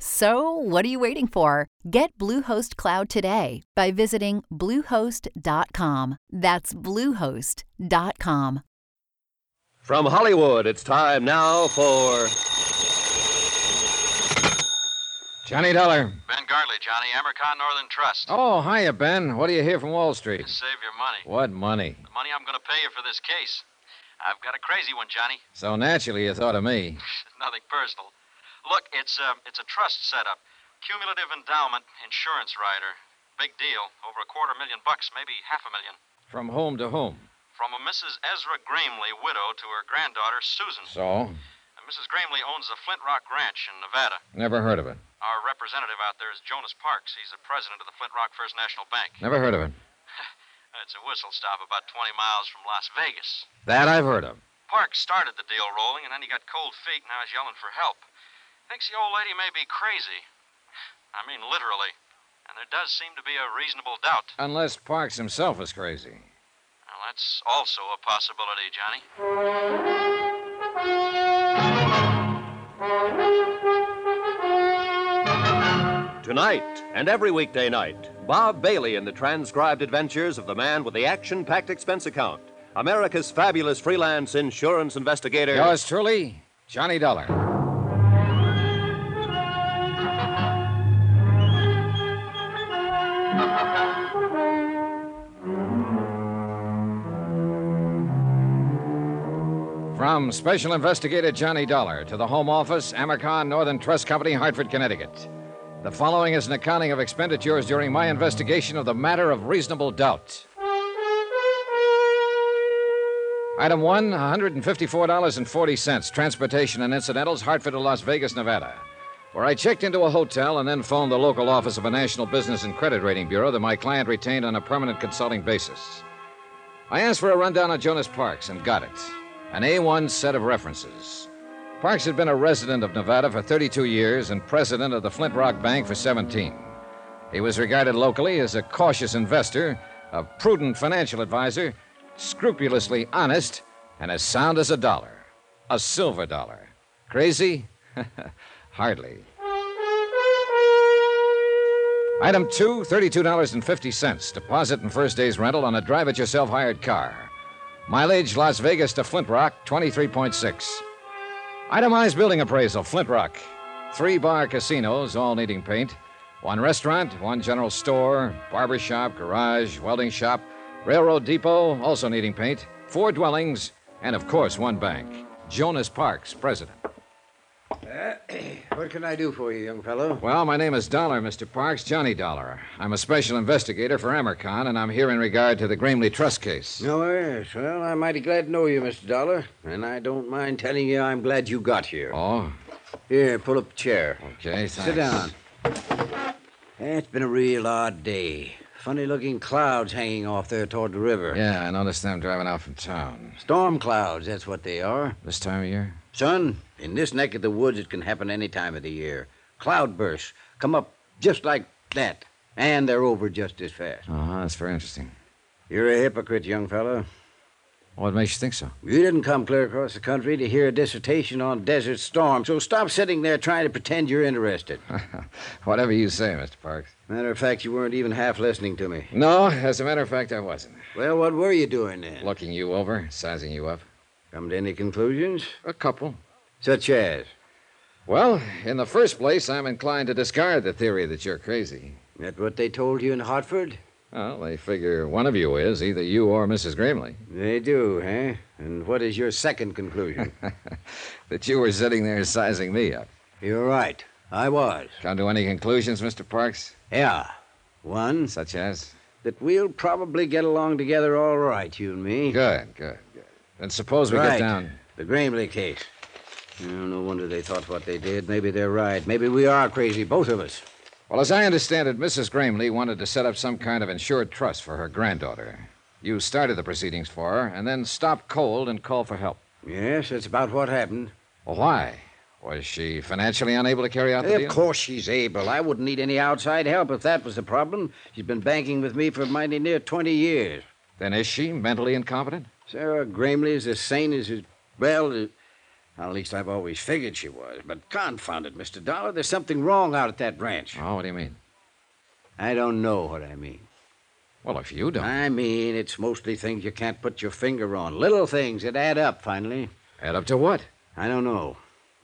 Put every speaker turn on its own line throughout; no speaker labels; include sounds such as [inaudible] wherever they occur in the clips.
So, what are you waiting for? Get Bluehost Cloud today by visiting Bluehost.com. That's Bluehost.com.
From Hollywood, it's time now for.
Johnny Dollar.
Ben Gartley, Johnny, Amercon Northern Trust.
Oh, hiya, Ben. What do you hear from Wall Street?
To save your money.
What money?
The money I'm going to pay you for this case. I've got a crazy one, Johnny.
So naturally, you thought of me.
Nothing personal. Look, it's a, it's a trust setup. Cumulative endowment insurance rider. Big deal. Over a quarter million bucks, maybe half a million.
From whom to whom?
From a Mrs. Ezra Gramley, widow, to her granddaughter, Susan.
So?
And Mrs. Gramley owns the Flint Rock Ranch in Nevada.
Never heard of it.
Our representative out there is Jonas Parks. He's the president of the Flint Rock First National Bank.
Never heard of it.
[laughs] It's a whistle stop about 20 miles from Las Vegas.
That I've heard of.
Parks started the deal rolling, and then he got cold feet, and now he's yelling for help. Thinks the old lady may be crazy. I mean, literally. And there does seem to be a reasonable doubt.
Unless Parks himself is crazy.
Well, that's also a possibility, Johnny.
Tonight and every weekday night, Bob Bailey in the transcribed adventures of the man with the action packed expense account, America's fabulous freelance insurance investigator.
Yours truly, Johnny Dollar. From Special Investigator Johnny Dollar to the Home Office, Amercon Northern Trust Company, Hartford, Connecticut. The following is an accounting of expenditures during my investigation of the matter of reasonable doubt. Item one $154.40, transportation and incidentals, Hartford to Las Vegas, Nevada, where I checked into a hotel and then phoned the local office of a national business and credit rating bureau that my client retained on a permanent consulting basis. I asked for a rundown on Jonas Parks and got it an A1 set of references. Parks had been a resident of Nevada for 32 years and president of the Flint Rock Bank for 17. He was regarded locally as a cautious investor, a prudent financial advisor, scrupulously honest, and as sound as a dollar. A silver dollar. Crazy? [laughs] Hardly. Item two $32.50. Deposit and first day's rental on a drive at yourself hired car. Mileage Las Vegas to Flint Rock, 23.6. Itemized building appraisal Flint Rock. Three bar casinos, all needing paint. One restaurant, one general store, barber shop, garage, welding shop, railroad depot, also needing paint. Four dwellings, and of course, one bank. Jonas Parks, president.
Uh, [coughs] What can I do for you, young fellow?
Well, my name is Dollar, Mr. Parks, Johnny Dollar. I'm a special investigator for Amercon, and I'm here in regard to the Gramley Trust case.
Oh, yes. Well, I'm mighty glad to know you, Mr. Dollar. And I don't mind telling you I'm glad you got here.
Oh,
Here, pull up a chair.
okay, thanks.
Sit down. It's been a real odd day. Funny looking clouds hanging off there toward the river.
Yeah, I noticed them driving out from town.
Storm clouds, that's what they are.
This time of year?
Son, in this neck of the woods, it can happen any time of the year. Cloudbursts come up just like that, and they're over just as fast.
Uh huh, that's very interesting.
You're a hypocrite, young fellow.
What makes you think so?
You didn't come clear across the country to hear a dissertation on Desert Storm, so stop sitting there trying to pretend you're interested.
[laughs] Whatever you say, Mr. Parks.
Matter of fact, you weren't even half listening to me.
No, as a matter of fact, I wasn't.
Well, what were you doing then?
Looking you over, sizing you up.
Come to any conclusions?
A couple.
Such as?
Well, in the first place, I'm inclined to discard the theory that you're crazy.
That what they told you in Hartford?
Well, they figure one of you is, either you or Mrs. Grimley.
They do, huh? eh? And what
[laughs]
is your second conclusion?
That you were sitting there sizing me up.
you're right. I was.
Come to any conclusions, Mr. Parks?
Yeah. One,
Such as?
that we'll probably get along together all right, you and me.
Good, good, good. Then suppose we
right.
get down.
The Gramley case. Oh, no wonder they thought what they did. Maybe they're right. Maybe we are crazy, both of us.
Well, as I understand it, Mrs. Gramley wanted to set up some kind of insured trust for her granddaughter. You started the proceedings for her and then stopped cold and called for help.
Yes, that's about what happened.
Well, why? Was she financially unable to carry out the deal?
Of course she's able. I wouldn't need any outside help if that was the problem. She's been banking with me for mighty near 20 years.
Then is she mentally incompetent?
Sarah Gramley is as sane as as well. as- At least I've always figured she was. But confound it, Mr. Dollar, there's something wrong out at that ranch.
Oh, what do you mean?
I don't know what I mean.
Well, if you don't.
I mean, it's mostly things you can't put your finger on. Little things that add up, finally.
Add up to what?
I don't know.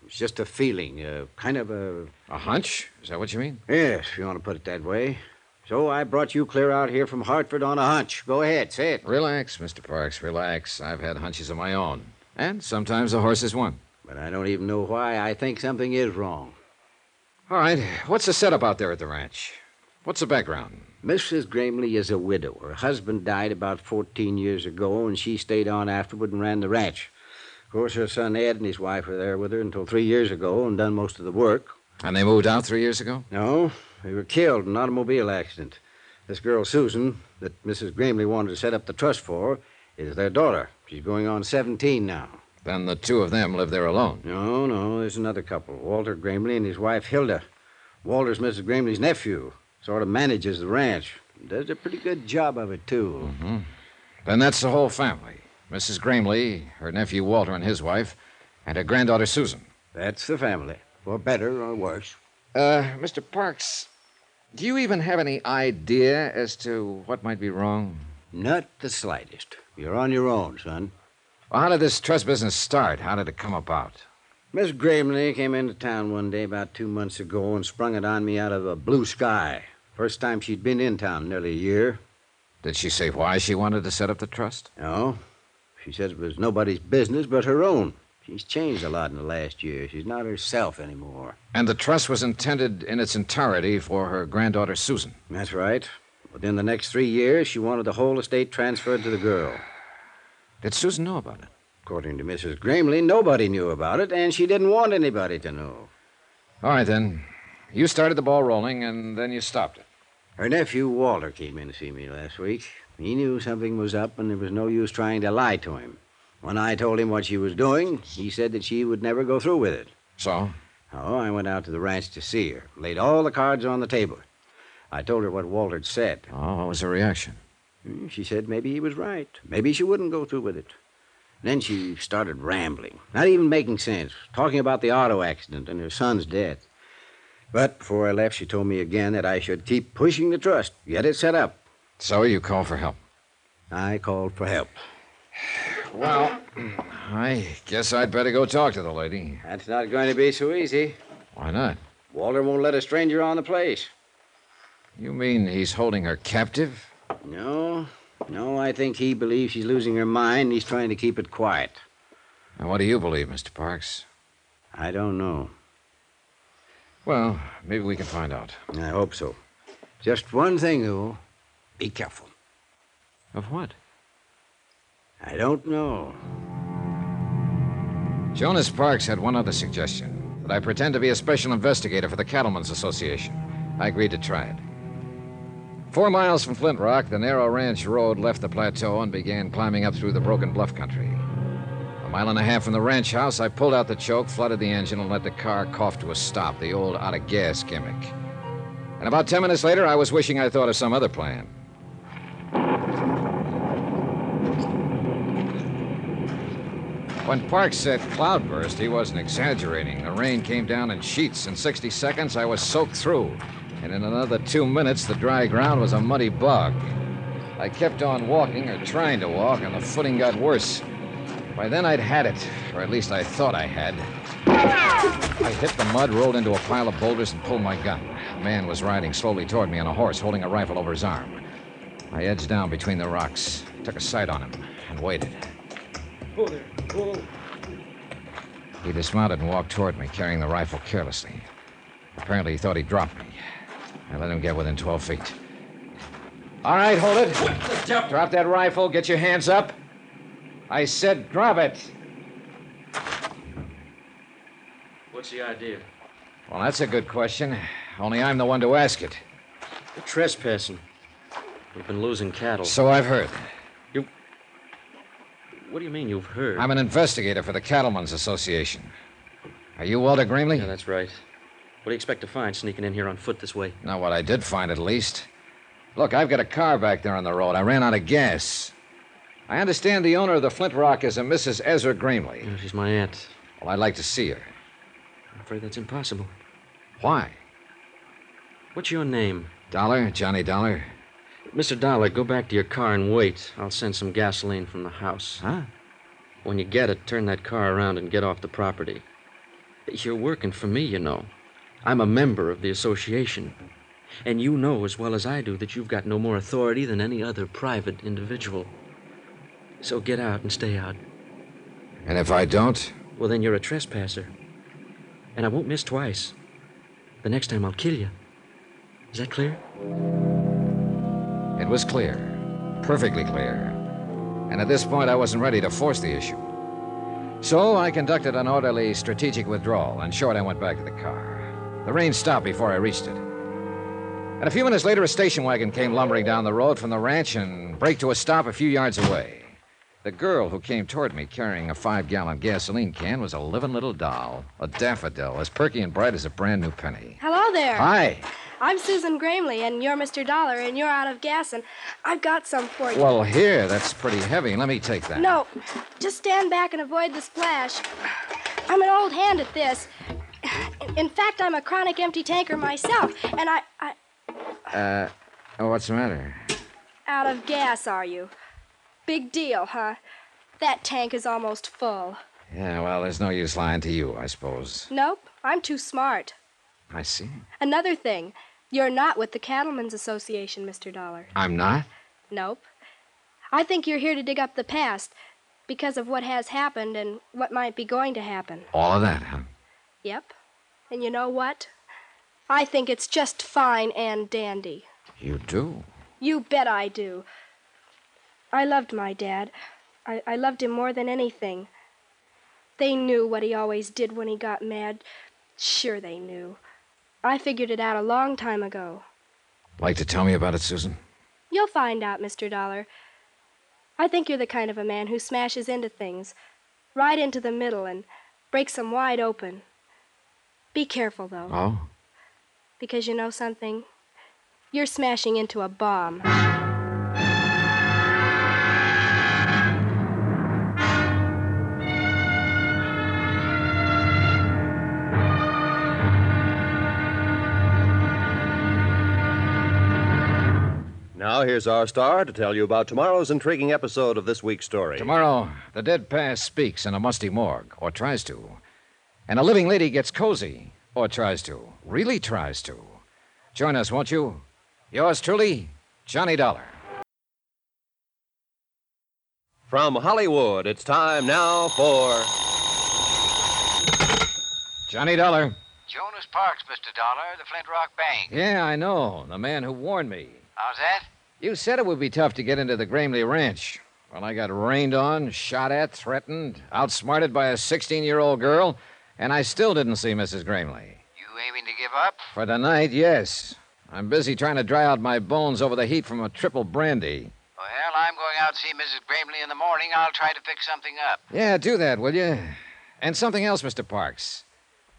It's just a feeling, a kind of a.
A hunch? Is that what you mean?
Yes, if you want to put it that way. So I brought you clear out here from Hartford on a hunch. Go ahead, say it.
Relax, Mr. Parks, relax. I've had hunches of my own. And sometimes the horse is one.
But I don't even know why I think something is wrong.
All right, what's the setup out there at the ranch? What's the background?
Mrs. Gramley is a widow. Her husband died about 14 years ago, and she stayed on afterward and ran the ranch. Of course, her son Ed and his wife were there with her until three years ago and done most of the work.
And they moved out three years ago?
No, they were killed in an automobile accident. This girl, Susan, that Mrs. Gramley wanted to set up the trust for, is their daughter. She's going on 17 now.
Then the two of them live there alone.
No, no, there's another couple Walter Gramley and his wife, Hilda. Walter's Mrs. Gramley's nephew. Sort of manages the ranch. Does a pretty good job of it, too.
Then Mm-hmm. that's the whole family Mrs. Gramley, her nephew Walter and his wife, and her granddaughter Susan.
That's the family, for better or worse.
Uh, Mr. Parks, do you even have any idea as to what might be wrong?
Not the slightest. You're on your own, son.
Well, how did this trust business start? How did it come about?
Miss Gramley came into town one day about two months ago and sprung it on me out of a blue sky. First time she'd been in town in nearly a year.
Did she say why she wanted to set up the trust?
No. She said it was nobody's business but her own. She's changed a lot in the last year. She's not herself anymore.
And the trust was intended in its entirety for her granddaughter Susan.
That's right. Within the next three years, she wanted the whole estate transferred to the girl.
Did Susan know about it?
According to Mrs. Gramley, nobody knew about it, and she didn't want anybody to know.
All right, then. You started the ball rolling, and then you stopped it.
Her nephew Walter came in to see me last week. He knew something was up, and there was no use trying to lie to him. When I told him what she was doing, he said that she would never go through with it.
So?
Oh, I went out to the ranch to see her, laid all the cards on the table. I told her what Walter had said.
Oh, what was her reaction?
Hmm, She said maybe he was right. Maybe she wouldn't go through with it. Then she started rambling, not even making sense, talking about the auto accident and her son's death. But before I left, she told me again that I should keep pushing the trust, get it set up.
So you called for help.
I called for help.
Well, [clears throat] I guess I'd better go talk to the lady.
That's not going to be so easy.
Why not?
Walter won't let a stranger on the place.
You mean he's holding her captive?
No, no, I think he believes she's losing her mind and he's trying to keep it quiet.
And what do you believe, Mr. Parks?
I don't know.
Well, maybe we can find out.
I hope so. Just one thing, though be careful.
Of what?
I don't know.
Jonas Parks had one other suggestion that I pretend to be a special investigator for the Cattlemen's Association. I agreed to try it. Four miles from Flint Rock, the narrow ranch road left the plateau and began climbing up through the broken bluff country. A mile and a half from the ranch house, I pulled out the choke, flooded the engine, and let the car cough to a stop, the old out of gas gimmick. And about ten minutes later, I was wishing I thought of some other plan. When Parks said cloudburst, he wasn't exaggerating. The rain came down in sheets. In 60 seconds, I was soaked through. And in another two minutes, the dry ground was a muddy bog. I kept on walking, or trying to walk, and the footing got worse. By then, I'd had it, or at least I thought I had. I hit the mud, rolled into a pile of boulders, and pulled my gun. A man was riding slowly toward me on a horse, holding a rifle over his arm. I edged down between the rocks, took a sight on him, and waited. He dismounted and walked toward me, carrying the rifle carelessly. Apparently, he thought he dropped me. I let him get within 12 feet. All right, hold it. Drop that rifle. Get your hands up. I said drop it.
What's the idea?
Well, that's a good question. Only I'm the one to ask it.
You're trespassing. We've been losing cattle.
So I've heard.
What do you mean you've heard?
I'm an investigator for the Cattlemen's Association. Are you Walter Greenley?
Yeah, that's right. What do you expect to find sneaking in here on foot this way?
Not what I did find, at least. Look, I've got a car back there on the road. I ran out of gas. I understand the owner of the Flint Rock is a Mrs. Ezra Greenley.
Yeah, she's my aunt.
Well, I'd like to see her.
I'm afraid that's impossible.
Why?
What's your name?
Dollar? Johnny Dollar?
Mr. Dollar, go back to your car and wait. I'll send some gasoline from the house.
Huh?
When you get it, turn that car around and get off the property. You're working for me, you know. I'm a member of the association. And you know as well as I do that you've got no more authority than any other private individual. So get out and stay out.
And if I don't?
Well, then you're a trespasser. And I won't miss twice. The next time I'll kill you. Is that clear?
It was clear. Perfectly clear. And at this point, I wasn't ready to force the issue. So I conducted an orderly strategic withdrawal. In short, I went back to the car. The rain stopped before I reached it. And a few minutes later, a station wagon came lumbering down the road from the ranch and braked to a stop a few yards away. The girl who came toward me carrying a five gallon gasoline can was a living little doll, a daffodil, as perky and bright as a brand new penny.
Hello there.
Hi.
I'm Susan Gramley, and you're Mr. Dollar, and you're out of gas, and I've got some for you.
Well, here, that's pretty heavy. Let me take that.
No, just stand back and avoid the splash. I'm an old hand at this. In- In fact, I'm a chronic empty tanker myself, and I, I
Oh, what's the matter?
out of gas, are you? Big deal, huh? That tank is almost full.
Yeah, well, there's no use lying to you, I suppose.
Nope, I'm too smart.
I see.
Another thing, you're not with the Cattlemen's Association, Mr. Dollar.
I'm not?
Nope. I think you're here to dig up the past because of what has happened and what might be going to happen.
All of that, huh?
Yep. And you know what? I think it's just fine and dandy.
You do?
You bet I do. I loved my dad. I, I loved him more than anything. They knew what he always did when he got mad. Sure, they knew. I figured it out a long time ago.
Like to tell me about it, Susan?
You'll find out, Mr. Dollar. I think you're the kind of a man who smashes into things, right into the middle, and breaks 'em wide open. Be careful, though,
Oh?
because you know something? You're smashing into a bomb.
Now, here's our star to tell you about tomorrow's intriguing episode of this week's story.
Tomorrow, the dead past speaks in a musty morgue, or tries to. And a living lady gets cozy, or tries to. Really tries to. Join us, won't you? Yours truly, Johnny Dollar.
From Hollywood, it's time now for.
Johnny Dollar.
Jonas Parks, Mr. Dollar, the Flint Rock Bank.
Yeah, I know. The man who warned me.
How's that?
You said it would be tough to get into the Gramley Ranch. Well, I got rained on, shot at, threatened, outsmarted by a 16 year old girl, and I still didn't see Mrs. Gramley.
You aiming to give up?
For tonight, yes. I'm busy trying to dry out my bones over the heat from a triple brandy.
Well, I'm going out to see Mrs. Gramley in the morning. I'll try to fix something up.
Yeah, do that, will you? And something else, Mr. Parks.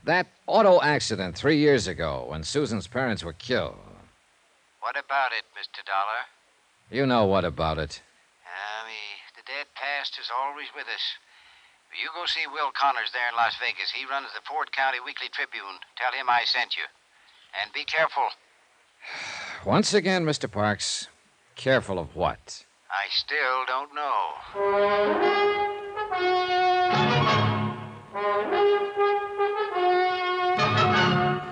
That auto accident three years ago when Susan's parents were killed.
What about it, Mr. Dollar?
You know what about it.
I mean, the dead past is always with us. You go see Will Connors there in Las Vegas. He runs the Ford County Weekly Tribune. Tell him I sent you. And be careful.
Once again, Mr. Parks, careful of what?
I still don't know.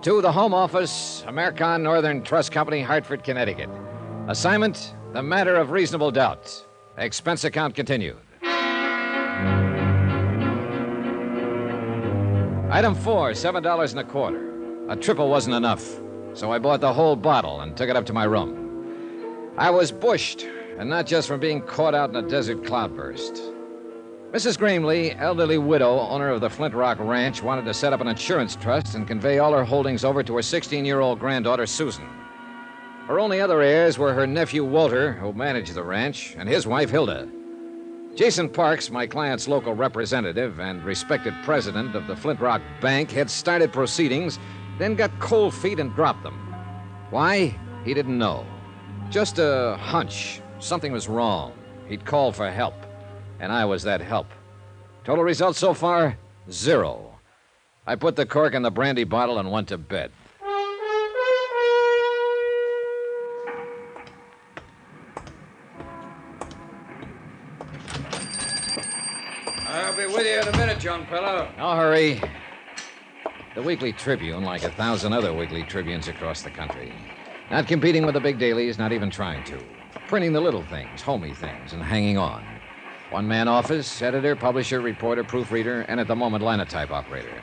to the Home Office, American Northern Trust Company, Hartford, Connecticut. Assignment The Matter of Reasonable Doubt. Expense account continued. Item four, seven dollars and a quarter. A triple wasn't enough, so I bought the whole bottle and took it up to my room. I was bushed, and not just from being caught out in a desert cloudburst. Mrs. Gramley, elderly widow, owner of the Flint Rock Ranch, wanted to set up an insurance trust and convey all her holdings over to her 16 year old granddaughter, Susan. Her only other heirs were her nephew, Walter, who managed the ranch, and his wife, Hilda. Jason Parks, my client's local representative and respected president of the Flint Rock Bank, had started proceedings, then got cold feet and dropped them. Why? He didn't know. Just a hunch. Something was wrong. He'd called for help, and I was that help. Total result so far zero. I put the cork in the brandy bottle and went to bed.
I'll be with you in a minute, John Pillow.
No hurry. The Weekly Tribune, like a thousand other weekly tribunes across the country, not competing with the big dailies, not even trying to. Printing the little things, homey things, and hanging on. One man office, editor, publisher, reporter, proofreader, and at the moment, linotype operator.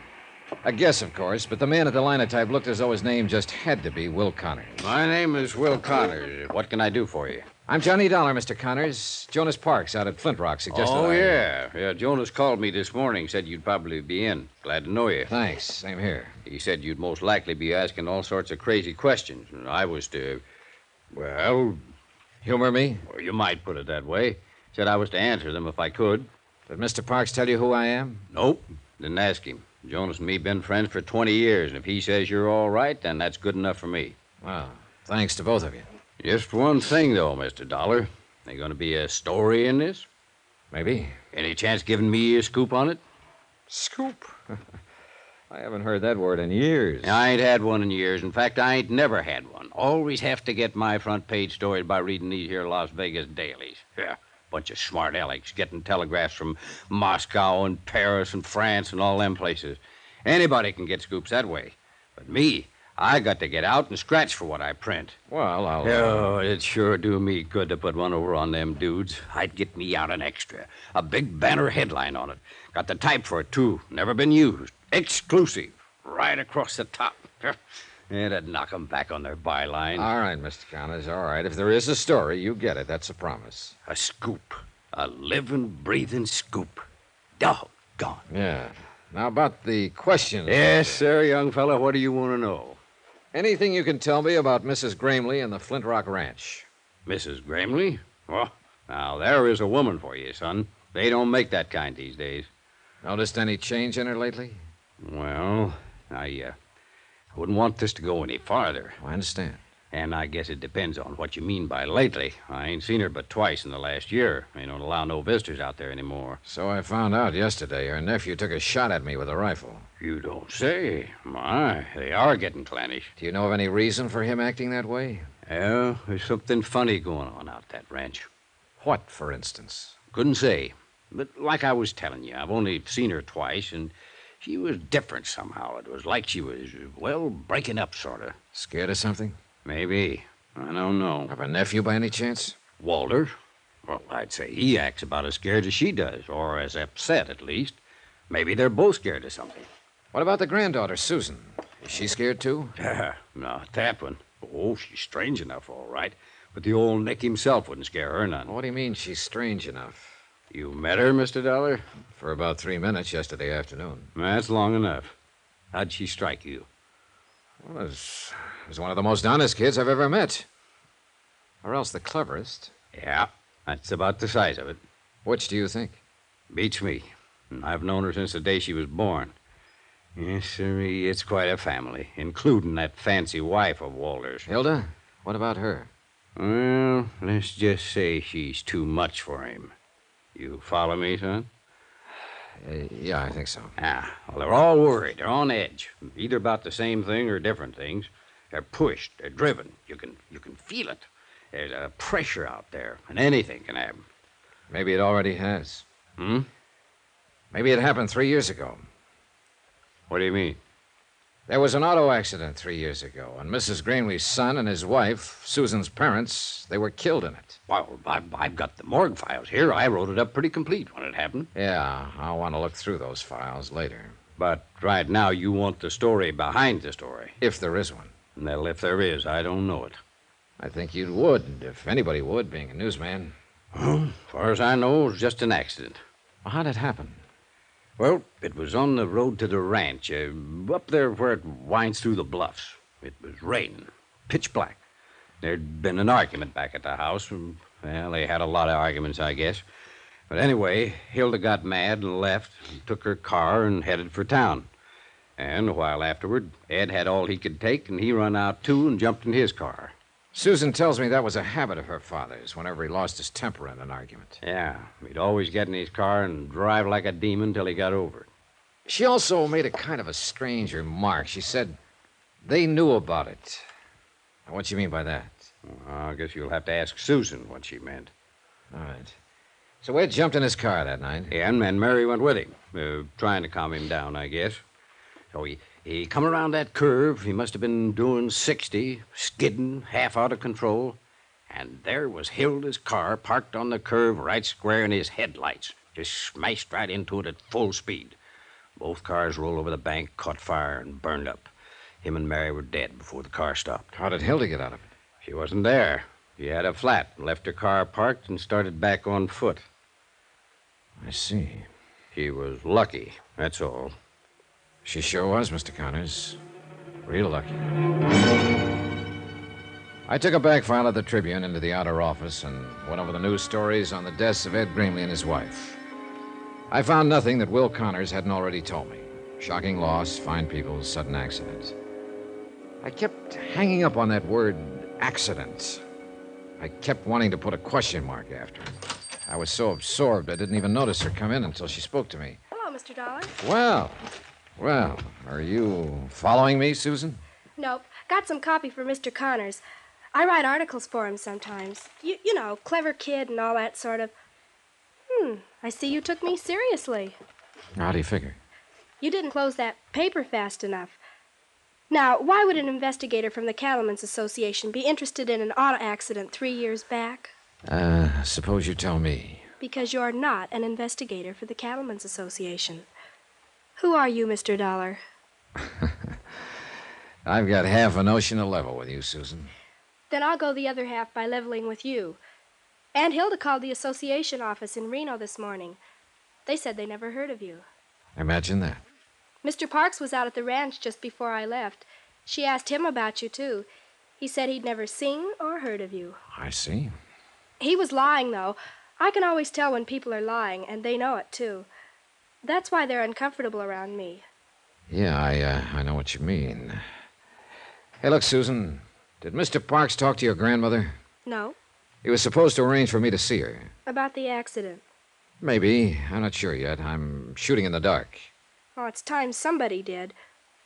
A guess, of course, but the man at the linotype looked as though his name just had to be Will Connors.
My name is Will Connors. What can I do for you?
I'm Johnny Dollar, Mr. Connors. Jonas Parks out at Flint Rock suggested.
oh,
I- uh,
yeah. Yeah, Jonas called me this morning, said you'd probably be in. Glad to know you.
Thanks. Same here.
He said you'd most likely be asking all sorts of crazy questions, and I was to. Well,
Humor me?
you might put it that way. Said I was to answer them if I could.
Did Mr. Parks tell you who I am?
Nope. Didn't ask him. Jonas and me been friends for 20 years, and if he says you're all right, then that's good enough for me.
Well, thanks to both of you.
Just one thing, though, Mr. Dollar. There going to be a story in this?
Maybe.
Any chance giving me a scoop on it?
Scoop. [laughs] I haven't heard that word in years.
I ain't had one in years. In fact, I ain't never had one. Always have to get my front page stories by reading these here Las Vegas dailies. Yeah, bunch of smart alecks getting telegraphs from Moscow and Paris and France and all them places. Anybody can get scoops that way. But me, I got to get out and scratch for what I print.
Well, I'll. uh,
Oh, it sure do me good to put one over on them dudes. I'd get me out an extra. A big banner headline on it. Got the type for it, too. Never been used. Exclusive. Right across the top. [laughs] yeah, that'd knock 'em back on their byline.
All right, Mr. Connors. All right. If there is a story, you get it. That's a promise.
a scoop. A living, breathing scoop. Doggone.
Yeah. Now, about the questions.
Yes, sir, young fella. What do you want to know?
Anything you can tell me about Mrs. Gramley and the Flint Rock Ranch?
Mrs. Gramley? Well, now, there is a woman for you, son. They don't make that kind these days.
Noticed any change in her lately?
Well, I uh, wouldn't want this to go any farther,
Oh, I understand.
and I guess it depends on what you mean by lately. I ain't seen her but twice in the last year. They don't allow no visitors out there anymore.
So I found out yesterday her nephew took a shot at me with a rifle.
You don't Oh, say. My, they are getting clannish.
Do you know of any reason for him acting that way?
Yeah, there's something funny going on out that ranch.
What, for instance?
Couldn't say. But like I was telling you, I've only seen her twice, and she was different somehow. It was like she was, well, breaking up, sort of.
Scared of something?
Maybe. I don't know.
Of her nephew by any chance?
Walter? Well, I'd say he acts about as scared as she does, or as upset, at least. Maybe they're both scared of something.
What about the granddaughter, Susan? Is she
[laughs]
scared too?
Not that one. Oh, she's strange enough, all right. But the old Nick himself wouldn't scare her none.
What do you mean she's strange enough?
You met her, Mr. Dollar?
For about three minutes yesterday afternoon.
That's long enough. How'd she strike you?
Well, it was, it was one of the most honest kids I've ever met. Or else the cleverest.
Yeah, that's about the size of it.
Which do you think?
Beats me. And I've known her since the day she was born. Yes, sir, it's quite a family, including that fancy wife of Walter's.
Hilda, what about her?
Well, let's just say she's too much for him. You follow me, son?
Uh, yeah, I think so.
Ah, well, they're all worried. They're on edge, either about the same thing or different things. They're pushed. They're driven. You can you can feel it. There's a pressure out there, and anything can happen.
Maybe it already has.
Hmm?
Maybe it happened three years ago.
What do you mean?
There was an auto accident three years ago, and Mrs. Greenlee's son and his wife, Susan's parents, they were killed in it.
Well, I've, I've got the morgue files here. I wrote it up pretty complete when it happened.
Yeah, I'll want to look through those files later,
But right now, you want the story behind the story.
if there is one.
Well, if there is, I don't know it.
I think you would, if anybody would, being a newsman.
As far as I know, it was just an accident.
How'd it happen?
Well, it was on the road to the ranch, uh, up there where it winds through the bluffs. It was raining, pitch black. There'd been an argument back at the house. and, Well, they had a lot of arguments, I guess. But anyway, Hilda got mad and left, and took her car and headed for town. And a while afterward, Ed had all he could take, and he run out too and jumped in his car.
Susan tells me that was a habit of her father's whenever he lost his temper in an argument.
Yeah, he'd always get in his car and drive like a demon till he got over it.
She also made a kind of a strange remark. She said they knew about it. Now, what do you mean by that?
I guess you'll have to ask Susan what she meant.
All right. So Ed jumped in his car that night.
And, and Mary went with him, uh, trying to calm him down, I guess. So he, he come around that curve. He must have been doing 60, skidding, half out of control. And there was Hilda's car parked on the curve right square in his headlights. Just smashed right into it at full speed. Both cars rolled over the bank, caught fire, and burned up. Him and Mary were dead before the car stopped.
How did Hilda get out of it?
She wasn't there. She had a flat, left her car parked, and started back on foot.
I see.
She was lucky, that's all.
She sure was, Mr. Connors. Real lucky. I took a back file of the Tribune into the outer office and went over the news stories on the deaths of Ed Greenley and his wife. I found nothing that Will Connors hadn't already told me shocking loss, fine people, sudden accident. I kept hanging up on that word accident. I kept wanting to put a question mark after it. I was so absorbed I didn't even notice her come in until she spoke to me.
Hello, Mr. Dollar.
Well, well, are you following me, Susan?
Nope. Got some copy for Mr. Connors. I write articles for him sometimes. You, you know, clever kid and all that sort of. Hmm. I see you took me seriously.
How do you figure?
You didn't close that paper fast enough. Now, why would an investigator from the Cattlemen's Association be interested in an auto accident three years back?
Uh, suppose you tell me.
Because you're not an investigator for the Cattlemen's Association. Who are you, Mr. Dollar?
I've got half a notion to level with you, Susan.
Then I'll go the other half by leveling with you. Aunt Hilda called the association office in Reno this morning. They said they never heard of you.
Imagine that.
Mr. Parks was out at the ranch just before I left. She asked him about you, too. He said he'd never seen or heard of you.
I see.
He was lying, though. I can always tell when people are lying, and they know it, too. That's why they're uncomfortable around me.
Yeah, I, uh, I know what you mean. Hey, look, Susan. Did Mr. Parks talk to your grandmother?
No,
He was supposed to arrange for me to see her.
about the accident.
Maybe. I'm not sure yet. I'm shooting in the dark.
Well, Oh, it's time somebody did.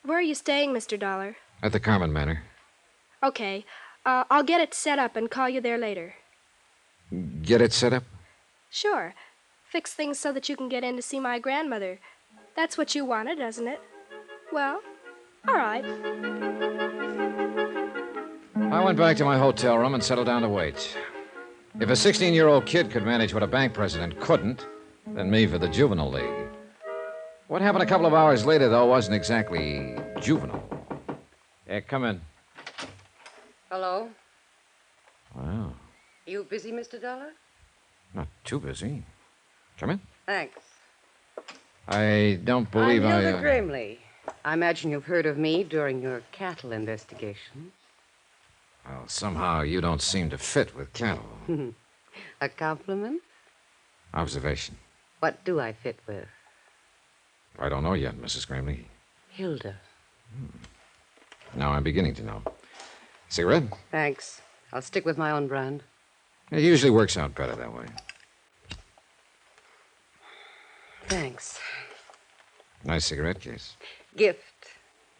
Where are you staying, Mr. Dollar?
At the Carmen Manor.
Okay, uh, I'll get it set up and call you there later.
Get it set up?
Sure. Fix things so that you can get in to see my grandmother. That's what you wanted, doesn't it? Well, all right.
I went back to my hotel room and settled down to wait. If a 16 year old kid could manage what a bank president couldn't, then me for the juvenile league. What happened a couple of hours later, though, wasn't exactly juvenile. Yeah, come in.
Hello?
Wow,
You busy, Mr. Dollar?
not too busy. Come in.
Thanks.
I don't believe
I'm
I.
Hilda
uh,
Grimley. I imagine you've heard of me during your cattle investigation. [laughs]
well, somehow you don't seem to fit with cattle.
A compliment?
Observation.
What do I fit with?
I don't know yet, Mrs. Grimley.
Hilda.
Now I'm beginning to know. Cigarette?
Thanks. I'll stick with my own brand.
It usually works out better that way.
Thanks.
Nice cigarette case.
Gift.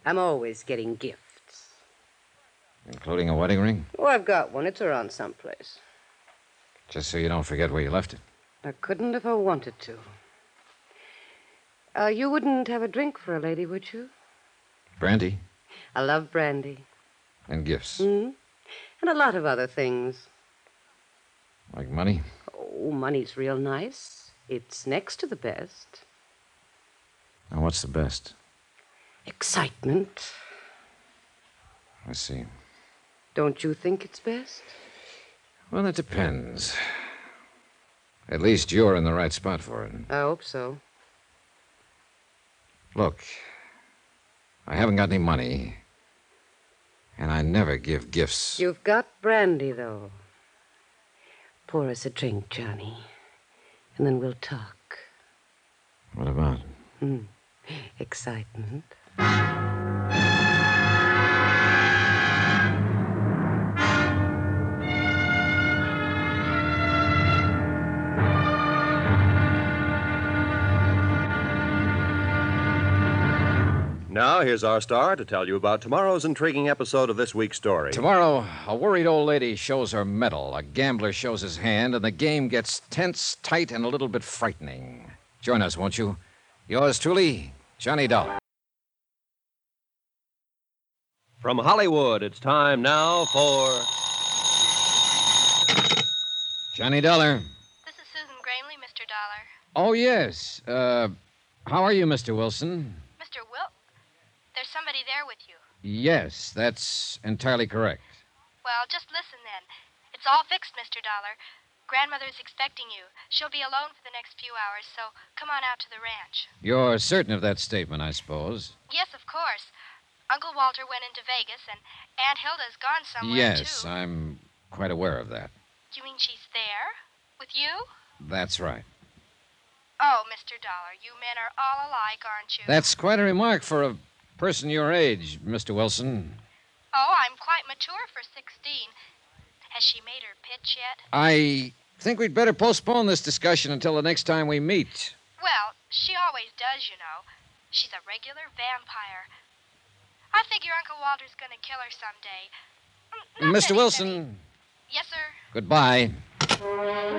I'm always getting gifts.
Including a wedding ring?
Oh, I've got one. It's around someplace.
Just so you don't forget where you left it.
I couldn't if I wanted to. Uh, you wouldn't have a drink for a lady, would you?
Brandy
I love brandy.
and gifts.
Hmm? And a lot of other things.
Like money?
Oh, money's real nice. It's next to the best.
Now, what's the best?
Excitement.
I see.
Don't you think it's best?
Well, it depends. At least you're in the right spot for it.
I hope so.
Look, I haven't got any money, and I never give gifts.
You've got brandy, though. Pour us a drink, Johnny, and then we'll talk.
What about?
Hmm. Excitement.
Now, here's our star to tell you about tomorrow's intriguing episode of this week's story.
Tomorrow, a worried old lady shows her medal, a gambler shows his hand, and the game gets tense, tight, and a little bit frightening. Join us, won't you? Yours truly, Johnny Dollar.
From Hollywood, it's time now for.
Johnny Dollar.
This is Susan Gramley, Mr. Dollar.
Oh, yes. Uh, how are you, Mr. Wilson?
Mr. Wil. There's somebody there with you.
Yes, that's entirely correct.
Well, just listen then. It's all fixed, Mr. Dollar. Grandmother's expecting you. She'll be alone for the next few hours, so come on out to the ranch.
You're certain of that statement, I suppose.
Yes, of course. Uncle Walter went into Vegas, and Aunt Hilda's gone somewhere,
yes,
too.
I'm quite aware of that.
You mean she's there? With you?
That's right.
Oh, Mr. Dollar, you men are all alike, aren't you?
That's quite a remark for a person your age, Mr. Wilson.
Oh, I'm quite mature for 16. Has she made her pitch yet?
I think we'd better postpone this discussion until the next time we meet.
Well, she always does, you know. She's a regular vampire. I figure Uncle Walter's going to kill her someday. Mm, not that
Mr.
he's any-
Wilson,
Yes, sir.
goodbye.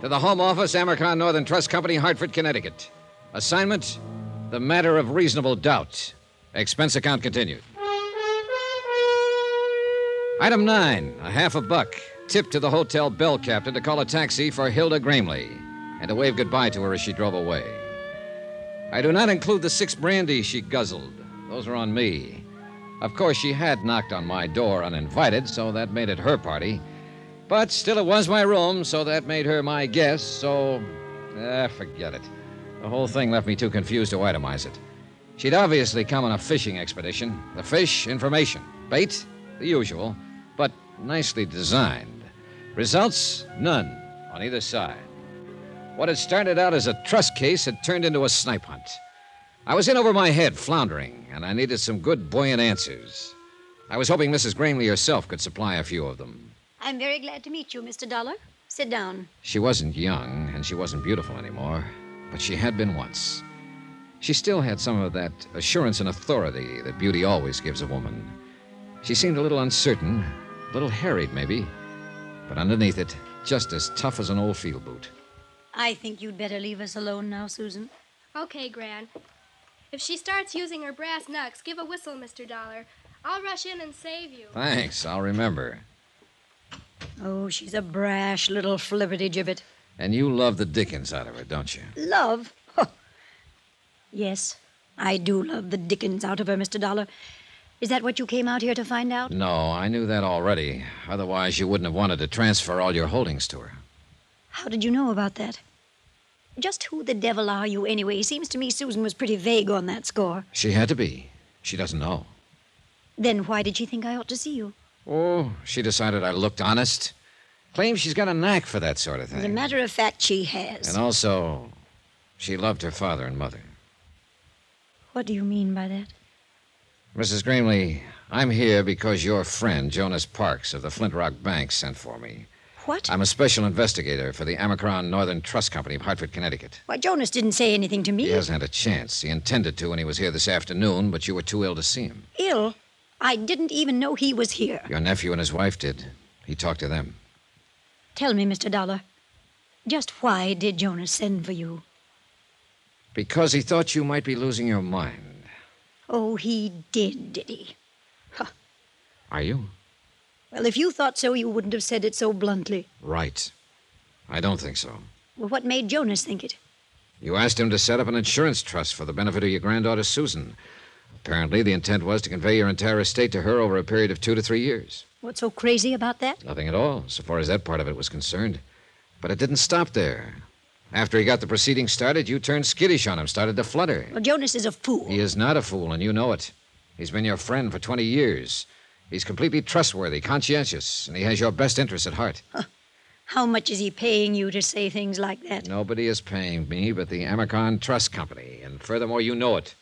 to the Home Office, Amercon Northern Trust Company, Hartford, Connecticut. Assignment The Matter of Reasonable Doubt. Expense account continued. Item nine, a half a buck. Tip to the hotel bell captain to call a taxi for Hilda Gramley and to wave goodbye to her as she drove away. I do not include the six brandies she guzzled. Those are on me. Of course, she had knocked on my door uninvited, so that made it her party. But still, it was my room, so that made her my guest, so. Ah, forget it. The whole thing left me too confused to itemize it. She'd obviously come on a fishing expedition. The fish, information. Bait, the usual, but nicely designed. Results, none on either side. What had started out as a trust case had turned into a snipe hunt. I was in over my head, floundering, and I needed some good, buoyant answers. I was hoping Mrs. Gramley herself could supply a few of them.
I'm very glad to meet you, Mr. Dollar. Sit down.
She wasn't young, and she wasn't beautiful anymore, but she had been once. She still had some of that assurance and authority that beauty always gives a woman. She seemed a little uncertain, a little harried, maybe, but underneath it, just as tough as an old field boot.
I think you'd better leave us alone now, Susan.
Okay, Gran. If she starts using her brass knucks, give a whistle, Mr. Dollar. I'll rush in and save you.
Thanks, I'll remember.
Oh, she's a brash little flipperty gibbet.
And you love the dickens out of her, don't you?
Love? yes, I do love the dickens out of her, Mr. Dollar. Is that what you came out here to find out?
No, I knew that already. Otherwise, you wouldn't have wanted to transfer all your holdings to her.
How did you know about that? Just who the devil are you, anyway? Seems to me Susan was pretty vague on that score.
She had to be. She doesn't know.
Then why did she think I ought to see you?
Oh, she decided I looked honest. Claims she's got a knack for that sort of
As a
thing.
matter of fact, she has.
And also, she loved her father and mother.
What do you mean by that?
Mrs. Greenley, I'm here because your friend, Jonas Parks of the Flint Rock Bank, sent for me.
What?
I'm a special investigator for the Amicron Northern Trust Company of Hartford, Connecticut.
Why, Jonas didn't say anything to me.
He hasn't had a chance. He intended to when he was here this afternoon, but you were too ill to see him.
Ill. I didn't even know he was here.
Your nephew and his wife did. He talked to them.
Tell me, Mr. Dollar, just why did Jonas send for you?
Because he thought you might be losing your mind.
Oh, he did, did he?
Are you?
Well, if you thought so, you wouldn't have said it so bluntly.
Right. I don't think so.
Well, what made Jonas think it?
You asked him to set up an insurance trust for the benefit of your granddaughter, Susan. Apparently, the intent was to convey your entire estate to her over a period of two to three years.
What's so crazy about that?
Nothing at all, so far as that part of it was concerned. But it didn't stop there. After he got the proceedings started, you turned skittish on him, started to flutter.
Well, Jonas is a fool.
He is not a fool, and you know it. He's been your friend for 20 years. He's completely trustworthy, conscientious, and he has your best interests at heart.
How much is he paying you to say things like that?
Nobody is paying me but the Amicon Trust Company, and furthermore, you know it.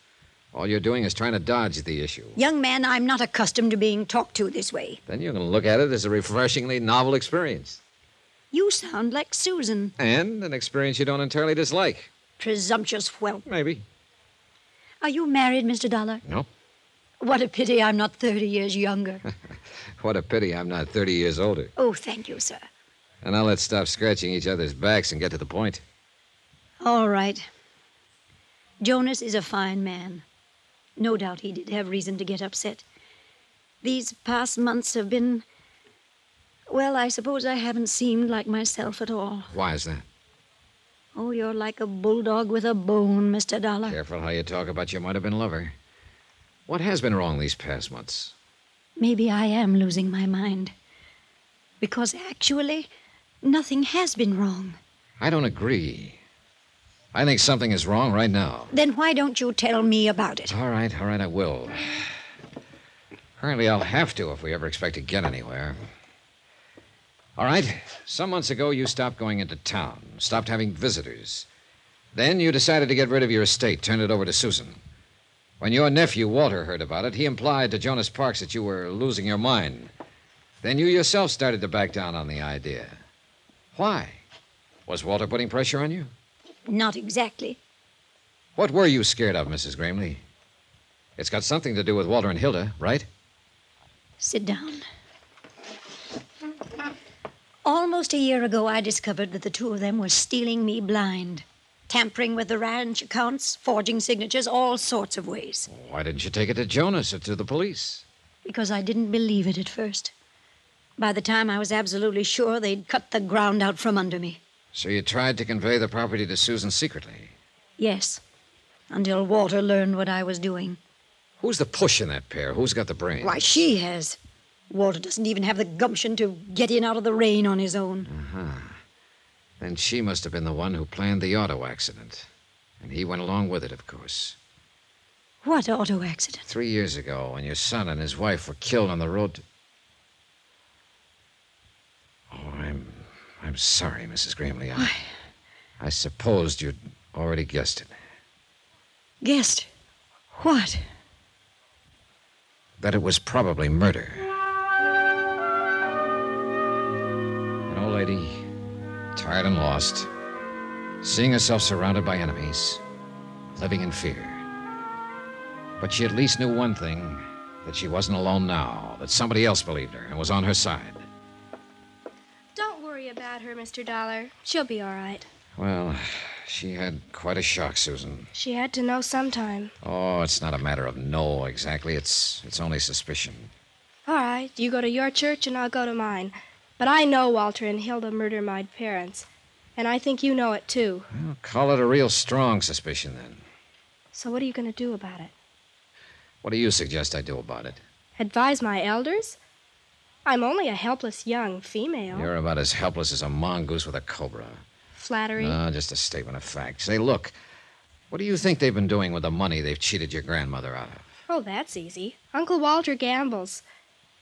All you're doing is trying to dodge the issue.
Young man, I'm not accustomed to being talked to this way.
Then you can look at it as a refreshingly novel experience,
You sound like Susan.
and an experience you don't entirely dislike.
Presumptuous whelp.
Maybe.
Are you married, Mr. Dollar?
No.
What a pity I'm not 30 years younger.
What a pity I'm not 30 years older.
oh, thank you, sir.
And now let's stop scratching each other's backs and get to the point.
All right. Jonas is a fine man. No doubt he did have reason to get upset. These past months have been. Well, I suppose I haven't seemed like myself at all.
Why is that?
Oh, you're like a bulldog with a bone, Mr. Dollar.
Careful how you talk about your might have been lover. What has been wrong these past months?
Maybe I am losing my mind. Because actually, nothing has been wrong.
I don't agree. I think something is wrong right now.
Then why don't you tell me about it?
All right, all right, I will. Apparently, I'll have to if we ever expect to get anywhere. All right. Some months ago, you stopped going into town, stopped having visitors. Then you decided to get rid of your estate, turn it over to Susan. When your nephew, Walter, heard about it, he implied to Jonas Parks that you were losing your mind. Then you yourself started to back down on the idea. Why? Was Walter putting pressure on you?
Not exactly.
What were you scared of, Mrs. Gramley? It's got something to do with Walter and Hilda, right?
Sit down. Almost a year ago, I discovered that the two of them were stealing me blind, tampering with the ranch accounts, forging signatures, all sorts of ways,
Why didn't you take it to Jonas or to the police?
because I didn't believe it at first. By the time I was absolutely sure, they'd cut the ground out from under me.
So you tried to convey the property to Susan secretly.
Yes, until Walter learned what I was doing.
Who's the push in that pair? Who's got the brain?
Why, she has. Walter doesn't even have the gumption to get in out of the rain on his own.
Uh-huh. Then she must have been the one who planned the auto accident. And he went along with it, of course.
What auto accident?
Three years ago, when your son and his wife were killed on the road to... Oh, I'm... I'm sorry, Mrs. Gramley. I... I supposed you'd already guessed it.
Guessed. What?
that it was probably murder. An old lady, tired and lost, seeing herself surrounded by enemies, living in fear. But she at least knew one thing that she wasn't alone now, that somebody else believed her and was on her side.
Don't worry about her, Mr. Dollar. She'll be all right.
Well, she had quite a shock, Susan.
She had to know sometime.
Oh, it's not a matter of no exactly. It's it's only suspicion.
All right, you go to your church and I'll go to mine. But I know Walter and Hilda murdered my parents, and I think you know it too.
Well, call it a real strong suspicion then.
So what are you going to do about it?
What do you suggest I do about it?
Advise my elders? I'm only a helpless young female.
You're about as helpless as a mongoose with a cobra.
Flattery.
No, just a statement of fact. Say, look, what do you think they've been doing with the money they've cheated your grandmother out of?
Oh, that's easy. Uncle Walter gambles.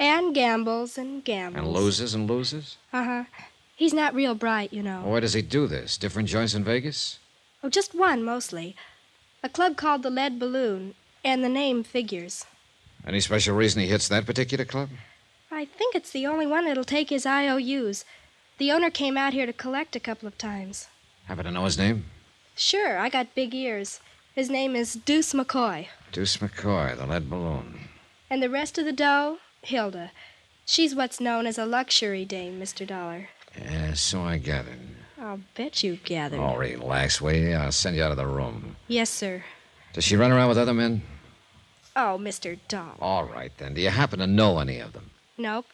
And gambles and gambles.
And loses and loses?
Uh huh. He's not real bright, you know.
Why does he do this? Different joints in Vegas?
Oh, just one mostly. A club called the Lead Balloon, and the name figures.
Any special reason he hits that particular club?
I think it's the only one that'll take his IOUs. The owner came out here to collect a couple of times.
Happen to know his name?
Sure, I got big ears. His name is Deuce McCoy.
Deuce McCoy, the lead balloon.
And the rest of the dough, Hilda. She's what's known as a luxury dame, Mr. Dollar.
Yeah, so I gathered.
I'll bet you gathered.
Oh, relax, will you? I'll send you out of the room.
Yes, sir.
Does she run around with other men?
Oh, Mr. Dollar.
All right, then. Do you happen to know any of them?
Nope.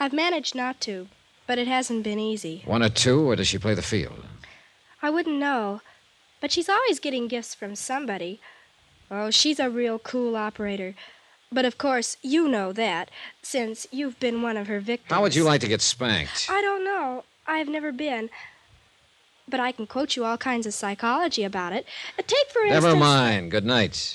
I've managed not to, but it hasn't been easy.
One or two, or does she play the field?
I wouldn't know, but she's always getting gifts from somebody. Oh, she's a real cool operator. But of course, you know that, since you've been one of her victims.
How would you like to get spanked?
I don't know. I've never been. But I can quote you all kinds of psychology about it. Uh, Take, for instance.
Never mind. Good night.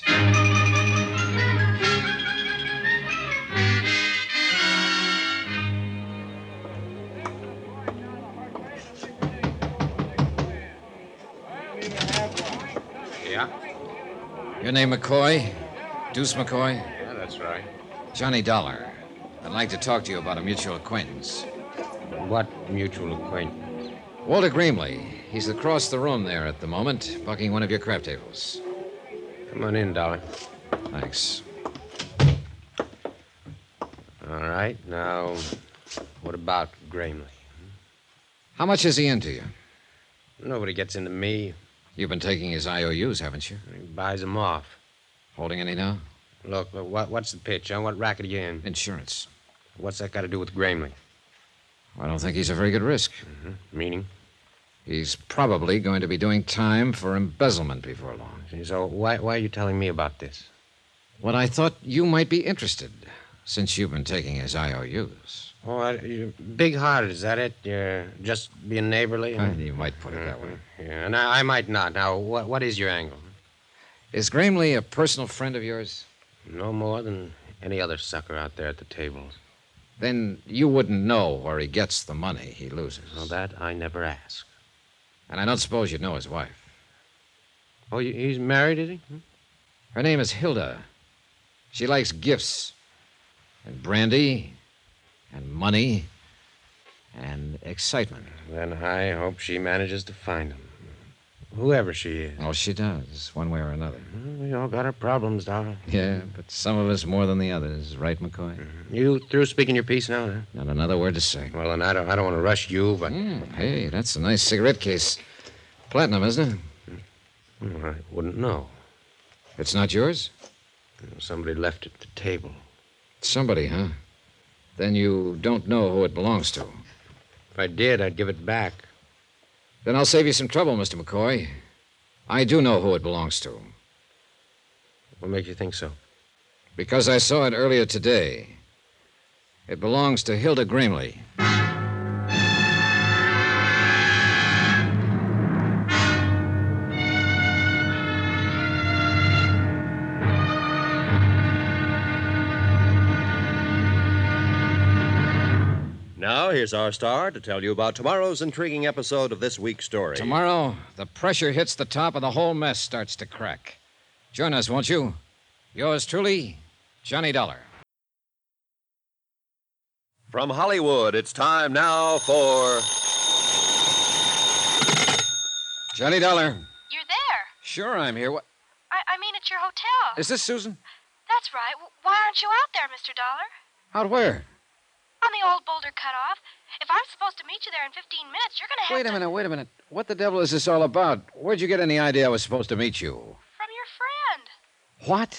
Yeah?
Your name McCoy? Deuce McCoy?
Yeah, that's right.
Johnny Dollar. I'd like to talk to you about a mutual acquaintance.
What mutual acquaintance?
Walter Greenley. He's across the room there at the moment, bucking one of your crap tables.
Come on in, Dollar.
Thanks.
All right, now, what about Gramley?
How much is he into you?
Nobody gets into me.
You've been taking his IOUs, haven't you?
He buys them off.
Holding any now?
Look, look, what, what's the pitch? On what racket are you in?
Insurance.
What's that got to do with Gramley?
I don't think he's a very good risk.
Mm-hmm. Meaning?
He's probably going to be doing time for embezzlement before long.
So why, why are you telling me about this?
Well, I thought you might be interested, since you've been taking his IOUs.
Oh, I- you're big-hearted, is that it? You're just being neighborly? Mm-hmm.
Uh, You might put it that way.
Yeah, and I, I might not. Now, what, what is your angle?
Is Gramley a personal friend of yours?
No more than any other sucker out there at the tables.
Then you wouldn't know where he gets the money he loses.
Well, that I never ask.
And I don't suppose you'd know his wife.
Oh, you- he's married, is he? Hmm?
Her name is Hilda. She likes gifts, and brandy, and money, and excitement.
Then uh, I hope she manages to find him. Whoever she is.
Well, Oh, she does, one way or another.
Well, We all got our problems, Dollar.
Yeah, but some of us more than the others, right,
Hmm.
McCoy?
You through speaking your piece now, huh?
Not another word to say.
Well, and I don't, I don't want to rush you, but
Mm, hey, that's a nice cigarette case. Platinum, isn't it?
Hmm, I wouldn't know.
It's not yours?
Somebody left it at the table.
Somebody, huh? Then you don't know who it belongs to.
If I did, I'd give it back.
Then I'll save you some trouble, Mr. McCoy. I do know who it belongs to.
What makes you think so?
Because I saw it earlier today. It belongs to Hilda Gramley.
Now, here's our star to tell you about tomorrow's intriguing episode of this week's story.
Tomorrow, the pressure hits the top and the whole mess starts to crack. Join us, won't you? Yours truly, Johnny Dollar.
From Hollywood, it's time now for.
Johnny Dollar.
You're there.
Sure, I'm here. What
I, I mean, at your hotel.
is this, Susan?
That's right. W- Why aren't you out there, Mr. Dollar?
Out where?
On the old Boulder cutoff. If I'm supposed to meet you there in 15 minutes, you're going to have
Wait a
to-
minute, wait a minute. What the devil is this all about? Where'd you get any idea I was supposed to meet you?
From your friend.
What?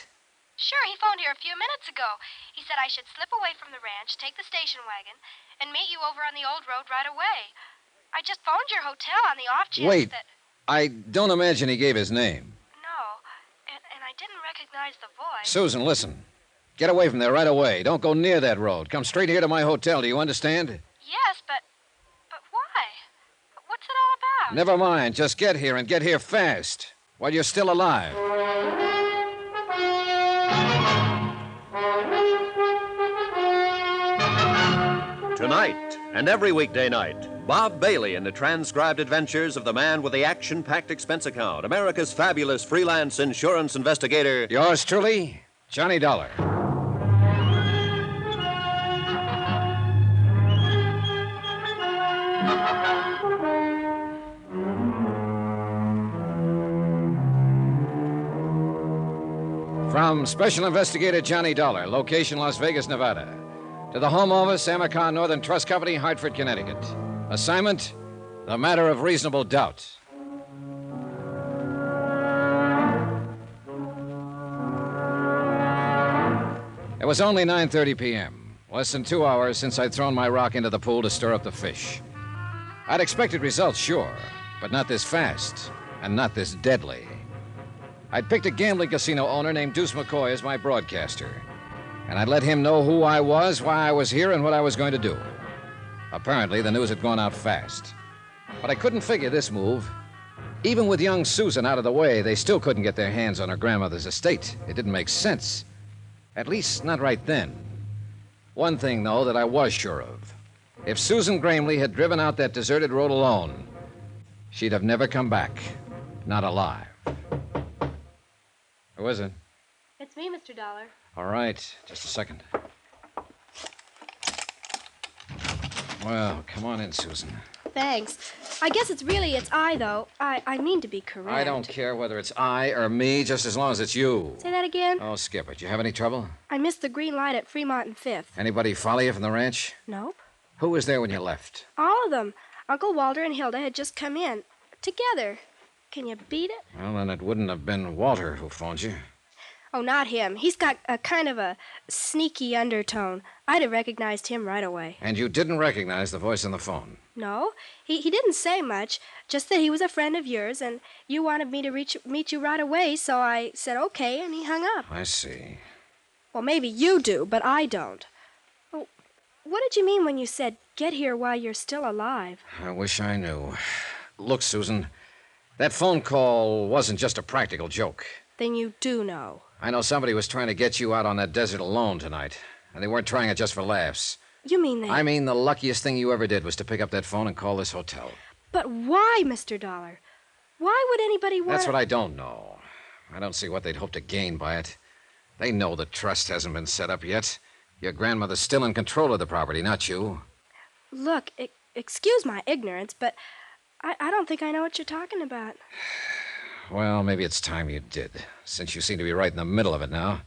Sure, he phoned here a few minutes ago. He said I should slip away from the ranch, take the station wagon, and meet you over on the old road right away. I just phoned your hotel on the off chance
Wait.
that.
I don't imagine he gave his name.
No. And, and I didn't recognize the voice.
Susan, listen. Get away from there right away. Don't go near that road. Come straight here to my hotel. Do you understand?
Yes, but. But why? What's it all about?
Never mind. Just get here and get here fast while you're still alive.
Tonight and every weekday night, Bob Bailey in the transcribed adventures of the man with the action packed expense account, America's fabulous freelance insurance investigator.
Yours truly, Johnny Dollar. From Special Investigator Johnny Dollar, location Las Vegas, Nevada, to the Home Office, Amicon Northern Trust Company, Hartford, Connecticut. Assignment The Matter of Reasonable Doubt. It was only 9:30 p.m., less than 2 hours since I'd thrown my rock into the pool to stir up the fish. I'd expected results, sure, but not this fast and not this deadly. I'd picked a gambling casino owner named Deuce McCoy as my broadcaster, and I'd let him know who I was, why I was here, and what I was going to do. Apparently, the news had gone out fast. But I couldn't figure this move. Even with young Susan out of the way, they still couldn't get their hands on her grandmother's estate. It didn't make sense. At least, not right then. One thing, though, that I was sure of. If Susan Gramley had driven out that deserted road alone, she'd have never come back. Not alive. Who is it?
It's me, Mr. Dollar.
All right, just a second. Well, come on in, Susan.
Thanks. I guess it's really it's I though. I I mean to be correct.
I don't care whether it's I or me, just as long as it's you.
Say that again.
Oh, skip it. You have any trouble?
I missed the green light at Fremont and Fifth.
Anybody follow you from the ranch?
Nope.
Who was there when you left?
All of them. Uncle Walter and Hilda had just come in together. Can you beat it?
Well, then it wouldn't have been Walter who phoned you.
Oh, not him. He's got a kind of a sneaky undertone. I'd have recognized him right away.
And you didn't recognize the voice on the phone.
No, he, he didn't say much, just that he was a friend of yours and you wanted me to reach, meet you right away, so I said okay and he hung up.
I see.
Well, maybe you do, but I don't. Oh, what did you mean when you said get here while you're still alive?
I wish I knew. Look, Susan, that phone call wasn't just a practical joke.
Then you do know.
I know somebody was trying to get you out on that desert alone tonight, and they weren't trying it just for laughs.
You mean that?
I mean, the luckiest thing you ever did was to pick up that phone and call this hotel.
But why, Mr. Dollar? Why would anybody want?
That's what I don't know. I don't see what they'd hope to gain by it. They know the trust hasn't been set up yet. Your grandmother's still in control of the property, not you.
Look, e- excuse my ignorance, but I, I don't think I know what you're talking about.
Well, maybe it's time you did, since you seem to be right in the middle of it now.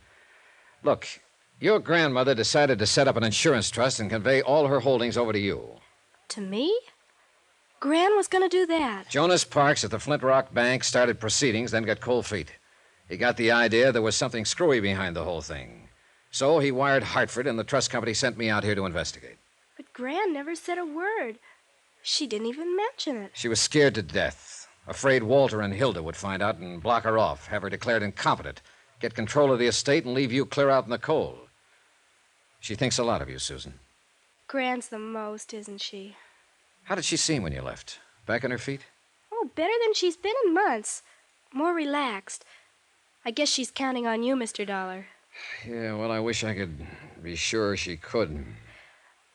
Look, your grandmother decided to set up an insurance trust and convey all her holdings over to you.
To me? Gran was going to do that.
Jonas Parks at the Flint Rock Bank started proceedings, then got cold feet. He got the idea there was something screwy behind the whole thing. So he wired Hartford, and the trust company sent me out here to investigate.
But Gran never said a word. She didn't even mention it.
She was scared to death, afraid Walter and Hilda would find out and block her off, have her declared incompetent, get control of the estate, and leave you clear out in the cold. She thinks a lot of you, Susan.
Gran's the most, isn't she?
How did she seem when you left? Back on her feet?
Oh, better than she's been in months. More relaxed. I guess she's counting on you, Mr. Dollar.
Yeah, well, I wish I could be sure she could.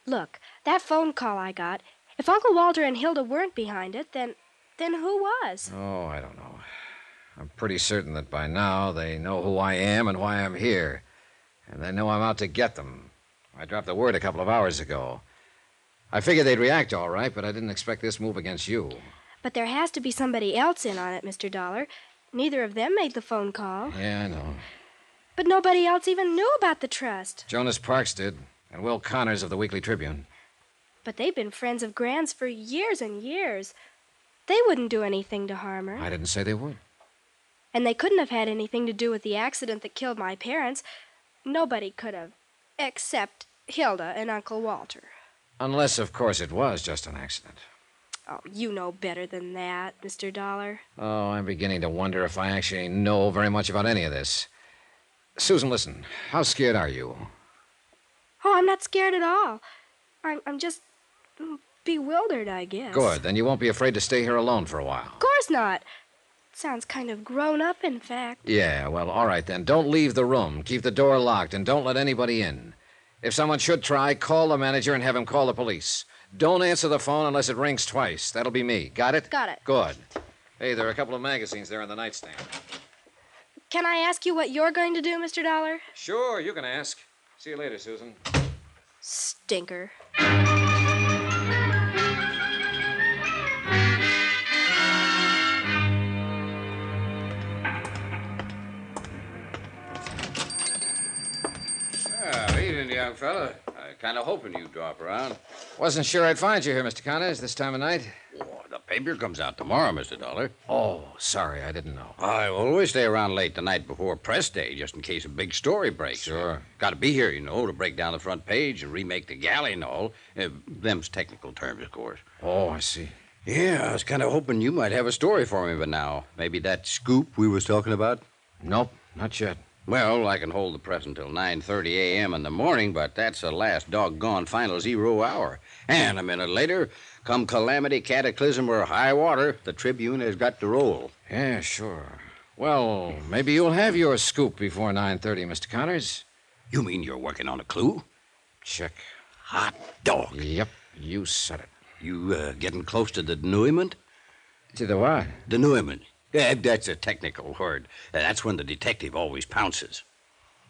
Look, that phone call I got, if Uncle Walter and Hilda weren't behind it, then then who was?
Oh, I don't know. I'm pretty certain that by now they know who I am and why I'm here. And they know I'm out to get them. I dropped the word a couple of hours ago. I figured they'd react all right, but I didn't expect this move against you.
But there has to be somebody else in on it, Mr. Dollar. Neither of them made the phone call.
Yeah, I know.
But nobody else even knew about the trust.
Jonas Parks did, and Will Connors of the Weekly Tribune.
But they've been friends of Gran's for years and years. They wouldn't do anything to harm her.
I didn't say they would.
And they couldn't have had anything to do with the accident that killed my parents. Nobody could have, except Hilda and Uncle Walter.
Unless, of course, it was just an accident.
Oh, you know better than that, Mr. Dollar.
Oh, I'm beginning to wonder if I actually know very much about any of this. Susan, listen. How scared are you?
Oh, I'm not scared at all. I'm, I'm just mm, bewildered, I guess.
Good. Then you won't be afraid to stay here alone for a while.
Of course not. Sounds kind of grown up, in fact.
Yeah, well, all right then. Don't leave the room. Keep the door locked and don't let anybody in. If someone should try, call the manager and have him call the police. Don't answer the phone unless it rings twice. That'll be me. Got it?
Got it.
Good. Hey, there are a couple of magazines there on the nightstand.
Can I ask you what you're going to do, Mr. Dollar?
Sure, you can ask. See you later, Susan.
Stinker.
Well, evening, young fella. I kind of hoping you'd drop around.
Wasn't sure I'd find you here, Mr. Connors, this time of night.
The paper comes out tomorrow, Mr. Dollar.
Oh, sorry, I didn't know.
I always stay around late the night before press day, just in case a big story breaks. Sure. Got to be here, you know, to break down the front page and remake the galley and all. Uh, them's technical terms, of course.
Oh, I see.
Yeah, I was kind of hoping you might have a story for me by now. Maybe that scoop we was talking about.
Nope, not yet.
Well, I can hold the press until 9:30 a.m. in the morning, but that's the last doggone final zero hour. And a minute later, come calamity, cataclysm, or high water, the Tribune has got to roll.
Yeah, sure. Well, maybe you'll have your scoop before 9.30, Mr. Connors.
You mean you're working on a clue?
Check.
Hot dog.
Yep, you said it.
You uh, getting close to the denouement?
To the what?
Denouement. Yeah, that's a technical word. Uh, That's when the detective always pounces.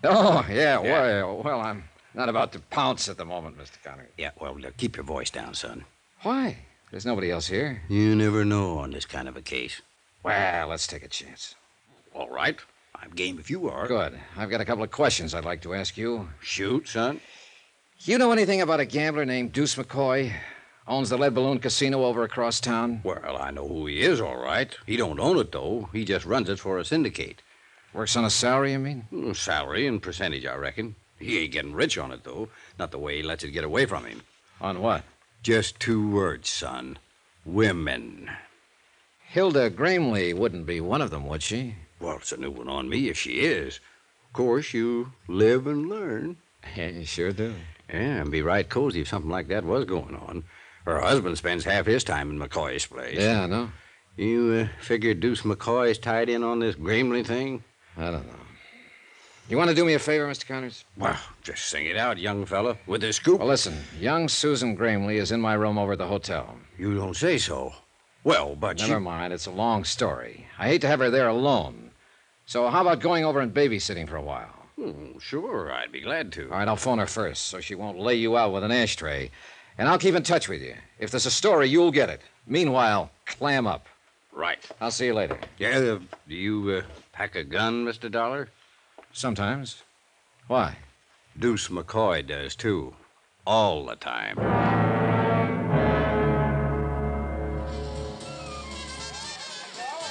Oh, yeah, Well, well, I'm not about to pounce at the moment, Mr. Connors.
Yeah, well, uh, keep your voice down, son.
Why? There's nobody else here.
You never know on this kind of a case.
Well, let's take a chance.
All right. I'm game if you are.
Good. I've got a couple of questions I'd like to ask you.
Shoot, son.
You know anything about a gambler named Deuce McCoy? Owns the Lead Balloon Casino over across town.
Well, I know who he is, all right. He don't own it, though. He just runs it for a syndicate.
Works on a salary, you mean?
Mm, Salary and percentage, I reckon. He ain't getting rich on it, though. Not the way he lets it get away from him.
On what?
Just two words, son. Women.
Hilda Gramley wouldn't be one of them, would she?
Well, it's a new one on me if she is. Of course, you live and learn.
Yeah, you sure do.
Yeah, and be right cozy if something like that was going on. Her husband spends half his time in McCoy's place.
Yeah, I know.
You uh, figure Deuce McCoy's tied in on this Gramley thing?
I don't know. You want to do me a favor, Mr. Connors?
Well, just sing it out, young fella, with this scoop.
Well, listen, young Susan Gramley is in my room over at the hotel.
you don't say so. Well, but
Never
she...
mind, it's a long story. I hate to have her there alone. So how about going over and babysitting for a while?
Hmm, sure, I'd be glad to.
All right, I'll phone her first so she won't lay you out with an ashtray. And I'll keep in touch with you. If there's a story, you'll get it. Meanwhile, clam up.
Right.
I'll see you later.
Yeah, uh, do you uh, pack a gun, Mr. Dollar?
Sometimes. Why?
Deuce McCoy does, too. All the time.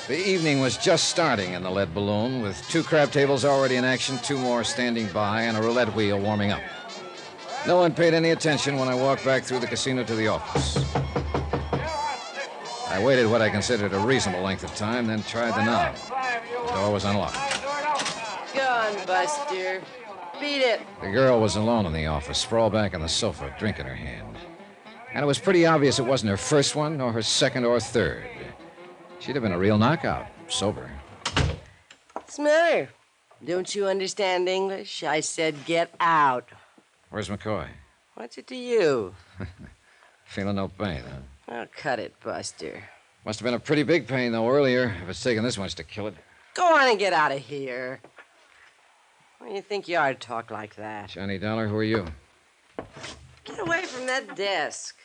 The evening was just starting in the lead balloon, with two crab tables already in action, two more standing by, and a roulette wheel warming up. No one paid any attention when I walked back through the casino to the office. I waited what I considered a reasonable length of time, then tried the knob. The door was unlocked.
Gone, Buster. Beat it.
The girl was alone in the office, sprawled back on the sofa, drink in her hand. And it was pretty obvious it wasn't her first one, nor her second or third. She'd have been a real knockout, sober.
What's the matter? Don't you understand English? I said get out.
Where's McCoy?
What's it to you?
Feeling no pain, huh?
I'll cut it, Buster.
Must have been a pretty big pain, though, earlier, if it's taken this much to kill it.
Go on and get out of here. What do you think you are to talk like that?
Johnny Dollar, who are you?
Get away from that desk.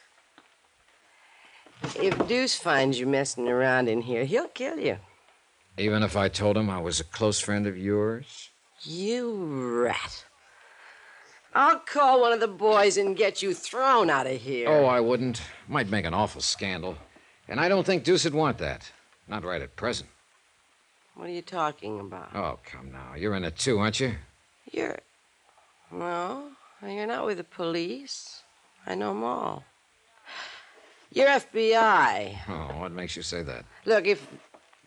If Deuce finds you messing around in here, he'll kill you.
Even if I told him I was a close friend of yours?
You rat. I'll call one of the boys and get you thrown out of here.
Oh, I wouldn't. Might make an awful scandal. And I don't think Deuce would want that. Not right at present.
What are you talking about?
Oh, come now. You're in it too, aren't you?
You're. No, you're not with the police. I know 'em all. You're FBI.
Oh, what makes you say that?
Look, if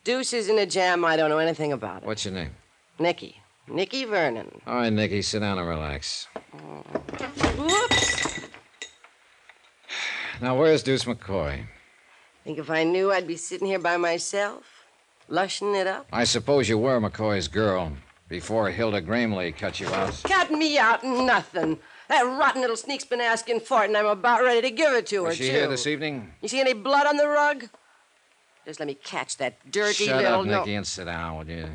Deuce is in a jam, I don't know anything about it.
What's your name?
Nicky. Nicky Vernon.
All right, Nicky, sit down and relax.
Whoops!
Now, where's Deuce McCoy?
Think if I knew, I'd be sitting here by myself, lushing it up.
I suppose you were McCoy's girl before Hilda Gramley cut you out.
Cut me out, nothing. That rotten little sneak's been asking for it, and I'm about ready to give it to her,
Was she
too.
here this evening?
You see any blood on the rug? Just let me catch that dirty
Shut
little
up,
no-
Nicky, and sit down, will you?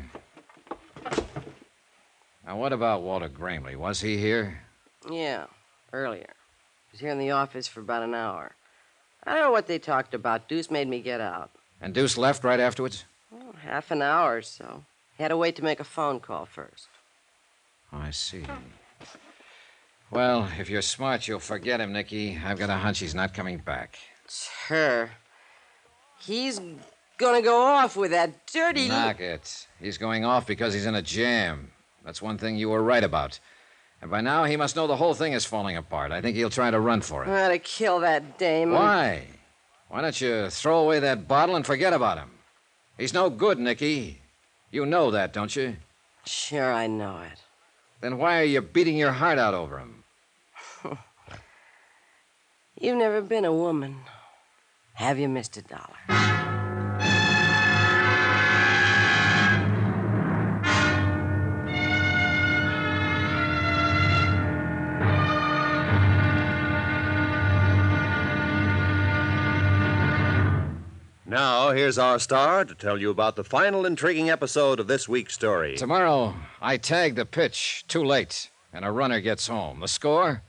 Now, what about Walter Gramley? Was he here?
Yeah, earlier. I was here in the office for about an hour. I don't know what they talked about. Deuce made me get out.
And Deuce left right afterwards?
Oh, half an hour or so. He had to wait to make a phone call first.
Oh, I see. Well, if you're smart, you'll forget him, Nicky. I've got a hunch he's not coming back.
Her. He's gonna go off with that dirty. li-
Knock it. He's going off because he's in a jam. That's one thing you were right about. And by now, he must know the whole thing is falling apart. I think he'll try to run for it.
I ought to kill that dame.
Why? Why don't you throw away that bottle and forget about him? He's no good, Nicky. You know that, don't you?
Sure, I know it.
Then why are you beating your heart out over him?
You've never been a woman. Have you, Mr. Dollar?
Now, here's our star to tell you about the final intriguing episode of this week's story.
Tomorrow, Oh, I tag the pitch too late, and a runner gets home. The score?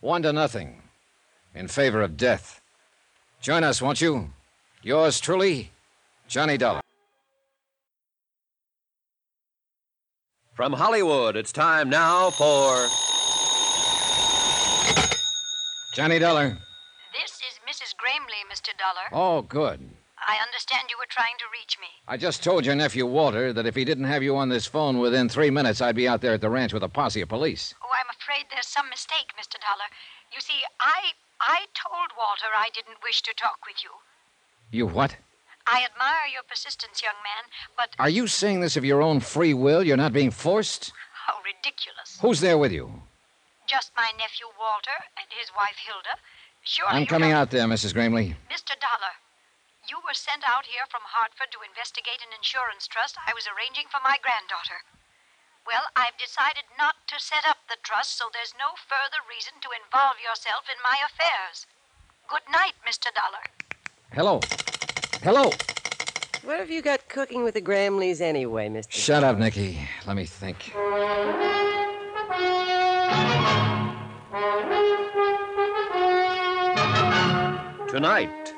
One to nothing. In favor of death. Join us, won't you? Yours truly, Johnny Dollar.
From Hollywood, it's time now for.
Johnny Dollar.
This is Mrs. Gramley, Mr. Dollar.
Oh, good.
I understand you were trying to reach me.
I just told your nephew Walter that if he didn't have you on this phone within three minutes, I'd be out there at the ranch with a posse of police.
Oh, I'm afraid there's some mistake, Mr. Dollar. You see, I I told Walter I didn't wish to talk with you.
You what?
I admire your persistence, young man, but
Are you saying this of your own free will? You're not being forced?
how ridiculous.
Who's there with you?
Just my nephew Walter and his wife Hilda. Sure.
I'm coming out there, Mrs. Gramley.
Mr. Dollar, you were sent out here from Hartford to investigate an insurance trust I was arranging for my granddaughter. Well, I've decided not to set up the trust, so there's no further reason to involve yourself in my affairs. Good night, Mr. Dollar.
Hello. Hello.
What have you got cooking with the Gramleys anyway, Mr.
Shut up, Nicky. Let me think.
Tonight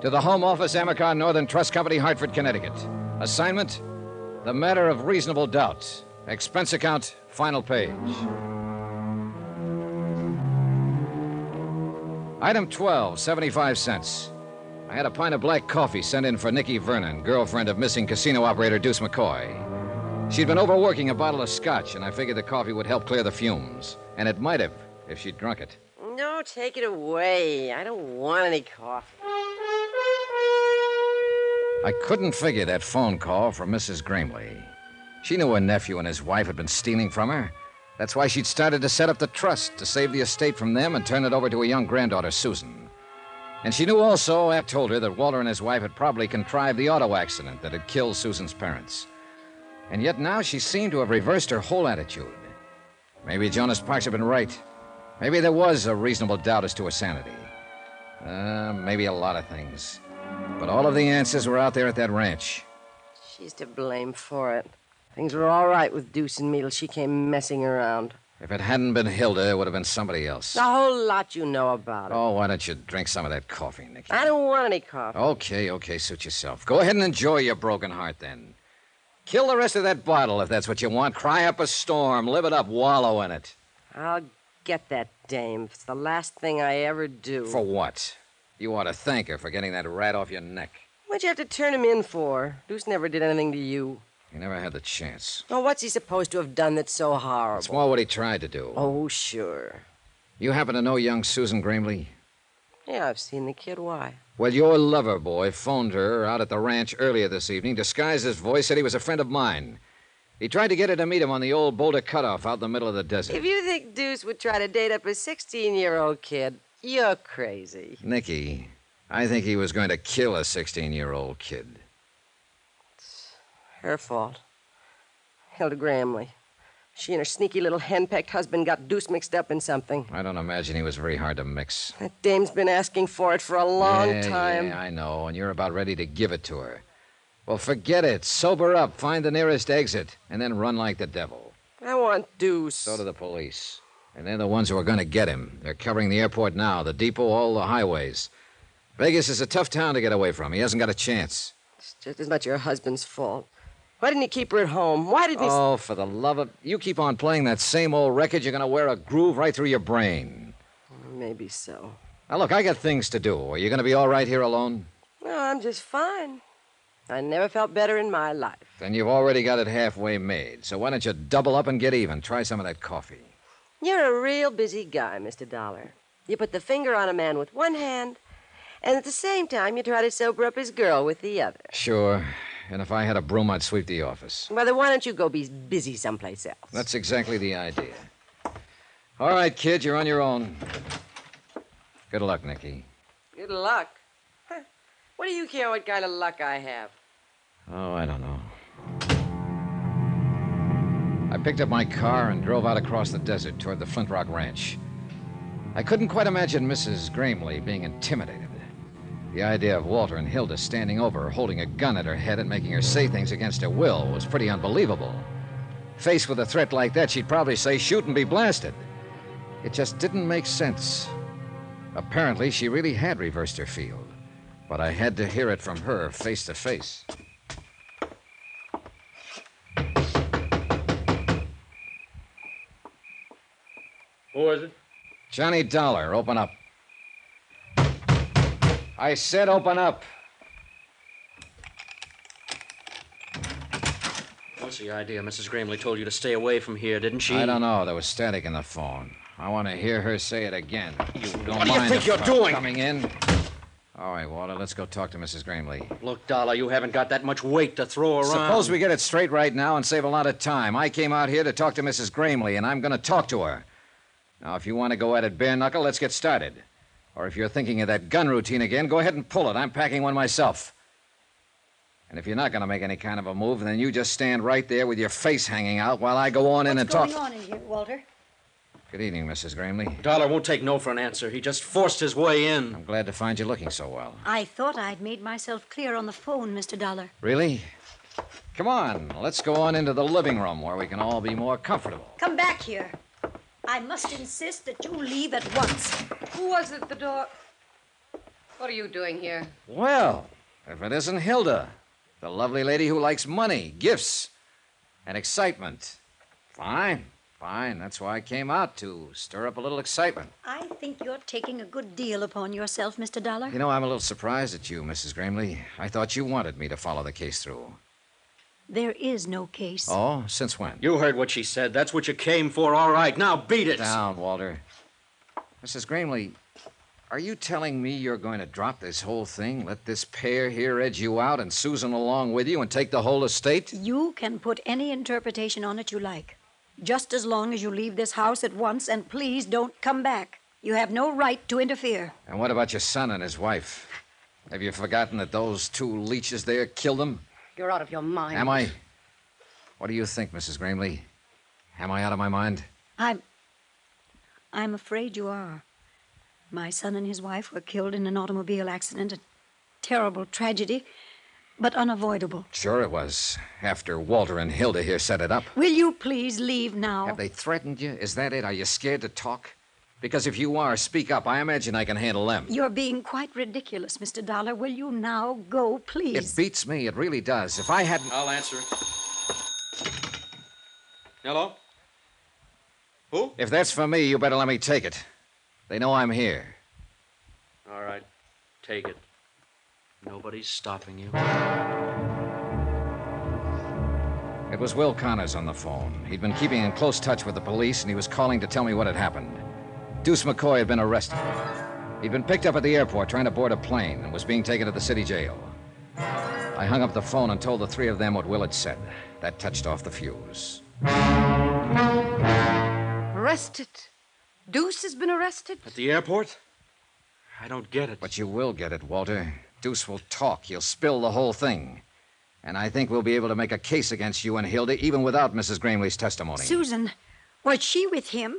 to the Home Office, Amicon Northern Trust Company, Hartford, Connecticut. Assignment The Matter of Reasonable Doubt. Expense account, final page. Item 12, 75 cents. I had a pint of black coffee sent in for Nikki Vernon, girlfriend of missing casino operator Deuce McCoy. She'd been overworking a bottle of scotch, and I figured the coffee would help clear the fumes. And it might have, if she'd drunk it.
No, take it away. I don't want any coffee.
I couldn't figure that phone call from Mrs. Gramley. She knew her nephew and his wife had been stealing from her. That's why she'd started to set up the trust to save the estate from them and turn it over to her young granddaughter, Susan. And she knew also, App told her, that Walter and his wife had probably contrived the auto accident that had killed Susan's parents. And yet now she seemed to have reversed her whole attitude. Maybe Jonas Parks had been right. Maybe there was a reasonable doubt as to her sanity. Uh, maybe a lot of things. But all of the answers were out there at that ranch.
She's to blame for it. Things were all right with Deuce and me till she came messing around.
If it hadn't been Hilda, it would have been somebody else.
A whole lot you know about it.
Oh, why don't you drink some of that coffee, Nicky?
I don't want any coffee.
Okay, okay, suit yourself. Go ahead and enjoy your broken heart then. Kill the rest of that bottle if that's what you want. Cry up a storm, live it up, wallow in it.
I'll get that dame. It's the last thing I ever do.
For what? You ought to thank her for getting that rat off your neck.
What'd you have to turn him in for? Deuce never did anything to you.
You never had the chance.
Oh, what's he supposed to have done that's so horrible?
It's more what he tried to do.
Oh, sure.
You happen to know young Susan Gramley?
Yeah, I've seen the kid. Why?
Well, your lover boy phoned her out at the ranch earlier this evening, disguised his voice, said he was a friend of mine. He tried to get her to meet him on the old boulder cutoff out in the middle of the desert.
If you think Deuce would try to date up a 16 year old kid, you're crazy.
Nicky, I think he was going to kill a 16 year old kid.
Her fault. Hilda Gramley. She and her sneaky little henpecked husband got Deuce mixed up in something.
I don't imagine he was very hard to mix.
That dame's been asking for it for a long
Yeah,
time.
Yeah, I know, and you're about ready to give it to her. Well, forget it. Sober up, find the nearest exit, and then run like the devil.
I want Deuce.
So do the police. And they're the ones who are going to get him. They're covering the airport now, the depot, all the highways. Vegas is a tough town to get away from. He hasn't got a chance.
It's just as much your husband's fault. Why didn't he keep her at home? Why didn't he.
Oh, for the love of. You keep on playing that same old record, you're going to wear a groove right through your brain.
Maybe so.
Now, look, I got things to do. Are you going to be all right here alone?
No, I'm just fine. I never felt better in my life.
Then you've already got it halfway made. So why don't you double up and get even? Try some of that coffee.
You're a real busy guy, Mr. Dollar. You put the finger on a man with one hand, and at the same time, you try to sober up his girl with the other.
Sure. And if I had a broom, I'd sweep the office.
Brother, why don't you go be busy someplace else?
That's exactly the idea. All right, kid, you're on your own. Good luck, Nicky.
Good luck. Huh. What do you care what kind of luck I have?
Oh, I don't know. I picked up my car and drove out across the desert toward the Flint Rock Ranch. I couldn't quite imagine Mrs. Gramley being intimidated. The idea of Walter and Hilda standing over her, holding a gun at her head and making her say things against her will was pretty unbelievable. Faced with a threat like that, she'd probably say, shoot and be blasted. It just didn't make sense. Apparently, she really had reversed her field, but I had to hear it from her face to face.
Who is it?
Johnny Dollar, open up. I said open up.
What's the idea? Mrs. Gramley told you to stay away from here, didn't she?
I don't know. There was static in the phone. I want to hear her say it again. You don't
What do you
mind
think
if
you're
I'm
doing?
Coming in. All right, Walter. Let's go talk to Mrs. Gramley.
Look, Dollar, you haven't got that much weight to throw around.
Suppose we get it straight right now and save a lot of time. I came out here to talk to Mrs. Gramley, and I'm going to talk to her. Now, if you want to go at it bare knuckle, let's get started. Or if you're thinking of that gun routine again, go ahead and pull it. I'm packing one myself. And if you're not going to make any kind of a move, then you just stand right there with your face hanging out while I go on in and
What's
talk.
going on in here, Walter?
Good evening, Mrs. Gramley.
Dollar won't take no for an answer. He just forced his way in.
I'm glad to find you looking so well.
I thought I'd made myself clear on the phone, Mr. Dollar.
Really? Come on, let's go on into the living room where we can all be more comfortable.
Come back here. I must insist that you leave at once.
Who was at the door? What are you doing here?
Well, if it isn't Hilda, the lovely lady who likes money, gifts, and excitement. Fine, fine. That's why I came out to stir up a little excitement.
I think you're taking a good deal upon yourself, Mr. Dollar.
You know, I'm a little surprised at you, Mrs. Gramley. I thought you wanted me to follow the case through.
There is no case.
Oh, since when?
You heard what she said. That's what you came for. All right, now beat it.
Down, Walter. Mrs. Gramley, are you telling me you're going to drop this whole thing, let this pair here edge you out and Susan along with you and take the whole estate?
You can put any interpretation on it you like, just as long as you leave this house at once and please don't come back. You have no right to interfere.
And what about your son and his wife? Have you forgotten that those two leeches there killed them?
You're out of your mind.
Am I? What do you think, Mrs. Gramley? Am I out of my mind?
I'm. I'm afraid you are. My son and his wife were killed in an automobile accident, a terrible tragedy, but unavoidable.
Sure it was. After Walter and Hilda here set it up.
Will you please leave now?
Have they threatened you? Is that it? Are you scared to talk? Because if you are, speak up. I imagine I can handle them.
You're being quite ridiculous, Mr. Dollar. Will you now go, please?
It beats me. It really does. If I hadn't.
I'll answer it. Hello? Who?
If that's for me, you better let me take it. They know I'm here.
All right, take it. Nobody's stopping you.
It was Will Connors on the phone. He'd been keeping in close touch with the police, and he was calling to tell me what had happened. Deuce McCoy had been arrested. He'd been picked up at the airport trying to board a plane and was being taken to the city jail. I hung up the phone and told the three of them what Will had said. That touched off the fuse.
Arrested. Deuce has been arrested.
At the airport? I don't get it. But you will get it, Walter. Deuce will talk. You'll spill the whole thing. And I think we'll be able to make a case against you and Hilda even without Mrs. Gramley's testimony.
Susan, was she with him?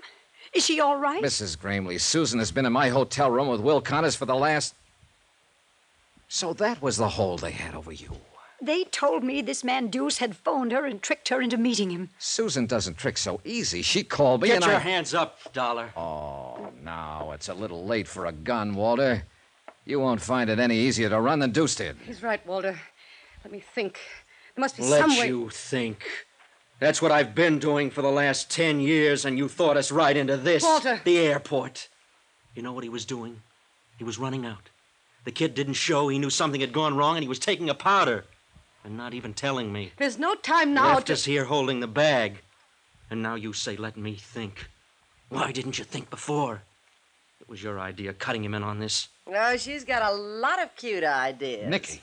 Is she all right?
Mrs. Gramley, Susan has been in my hotel room with Will Connors for the last. So that was the hold they had over you.
They told me this man Deuce had phoned her and tricked her into meeting him.
Susan doesn't trick so easy. She called me
Get
and
your
I.
hands up, Dollar.
Oh, now it's a little late for a gun, Walter. You won't find it any easier to run than Deuce did.
He's right, Walter. Let me think. There must be
Let
some way.
you think. That's what I've been doing for the last ten years, and you thought us right into this.
Walter.
The airport. You know what he was doing? He was running out. The kid didn't show. He knew something had gone wrong, and he was taking a powder. And not even telling me.
There's no time now
Left
to.
us here holding the bag. And now you say, let me think. Why didn't you think before? It was your idea cutting him in on this.
No, she's got a lot of cute ideas.
Nicky.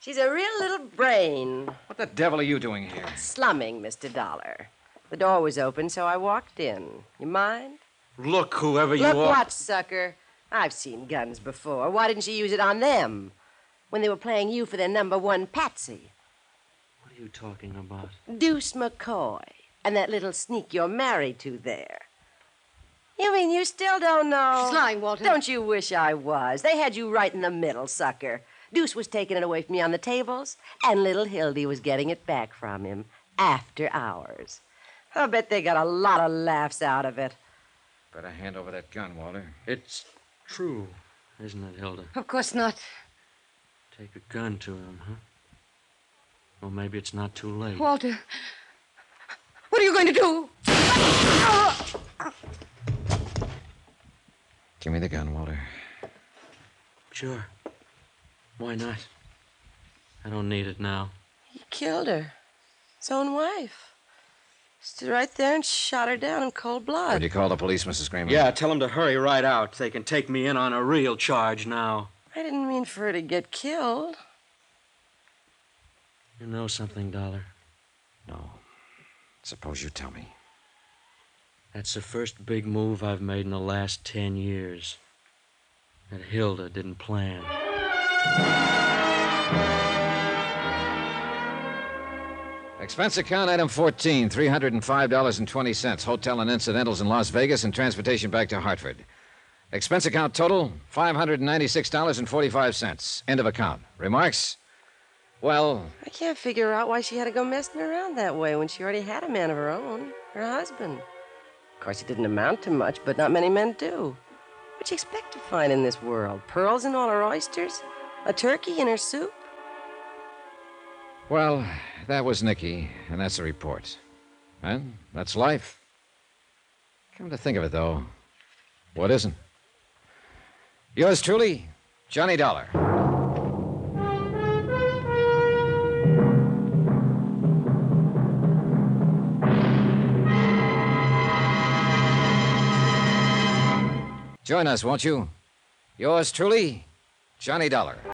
She's a real little brain.
What the devil are you doing here?
Slumming, Mr. Dollar. The door was open, so I walked in. You mind?
Look, whoever you
Look
are.
what, sucker. I've seen guns before. Why didn't she use it on them? When they were playing you for their number one patsy,
What are you talking about?
Deuce McCoy, and that little sneak you're married to there. You mean you still don't know?
She's lying, Walter.
Don't you wish I was? They had you right in the middle, sucker. Deuce was taking it away from you on the tables, and little Hildy was getting it back from him after hours. I bet they got a lot of laughs out of it.
Better hand over that gun, Walter.
It's true, isn't it, Hilda?
Of course not.
Take a gun to him, huh? Well, maybe it's not too late.
Walter. What are you going to do?
Give me the gun, Walter.
Sure. Why not? I don't need it now.
He killed her. His own wife. Stood right there and shot her down in cold blood.
Would you call the police, Mrs. Gramley?
Yeah, tell them to hurry right out. They can take me in on a real charge now.
I didn't mean for her to get killed.
You know something, Dollar?
No. Suppose you tell me.
That's the first big move I've made in the last ten years. That Hilda didn't plan.
Expense account item 14, $305.20. Hotel and incidentals in Las Vegas and transportation back to Hartford. Expense account total, $596.45. End of account. Remarks? Well,
I can't figure out why she had to go messing around that way when she already had a man of her own, her husband.
Of course, it didn't amount to much, but not many men do.
What you expect to find in this world? Pearls in all her oysters? A turkey in her soup?
well, that was Nicky, and that's the report. And that's life. Come to think of it, though, what isn't? Yours truly, Johnny Dollar. Join us, won't you? Yours truly, Johnny Dollar.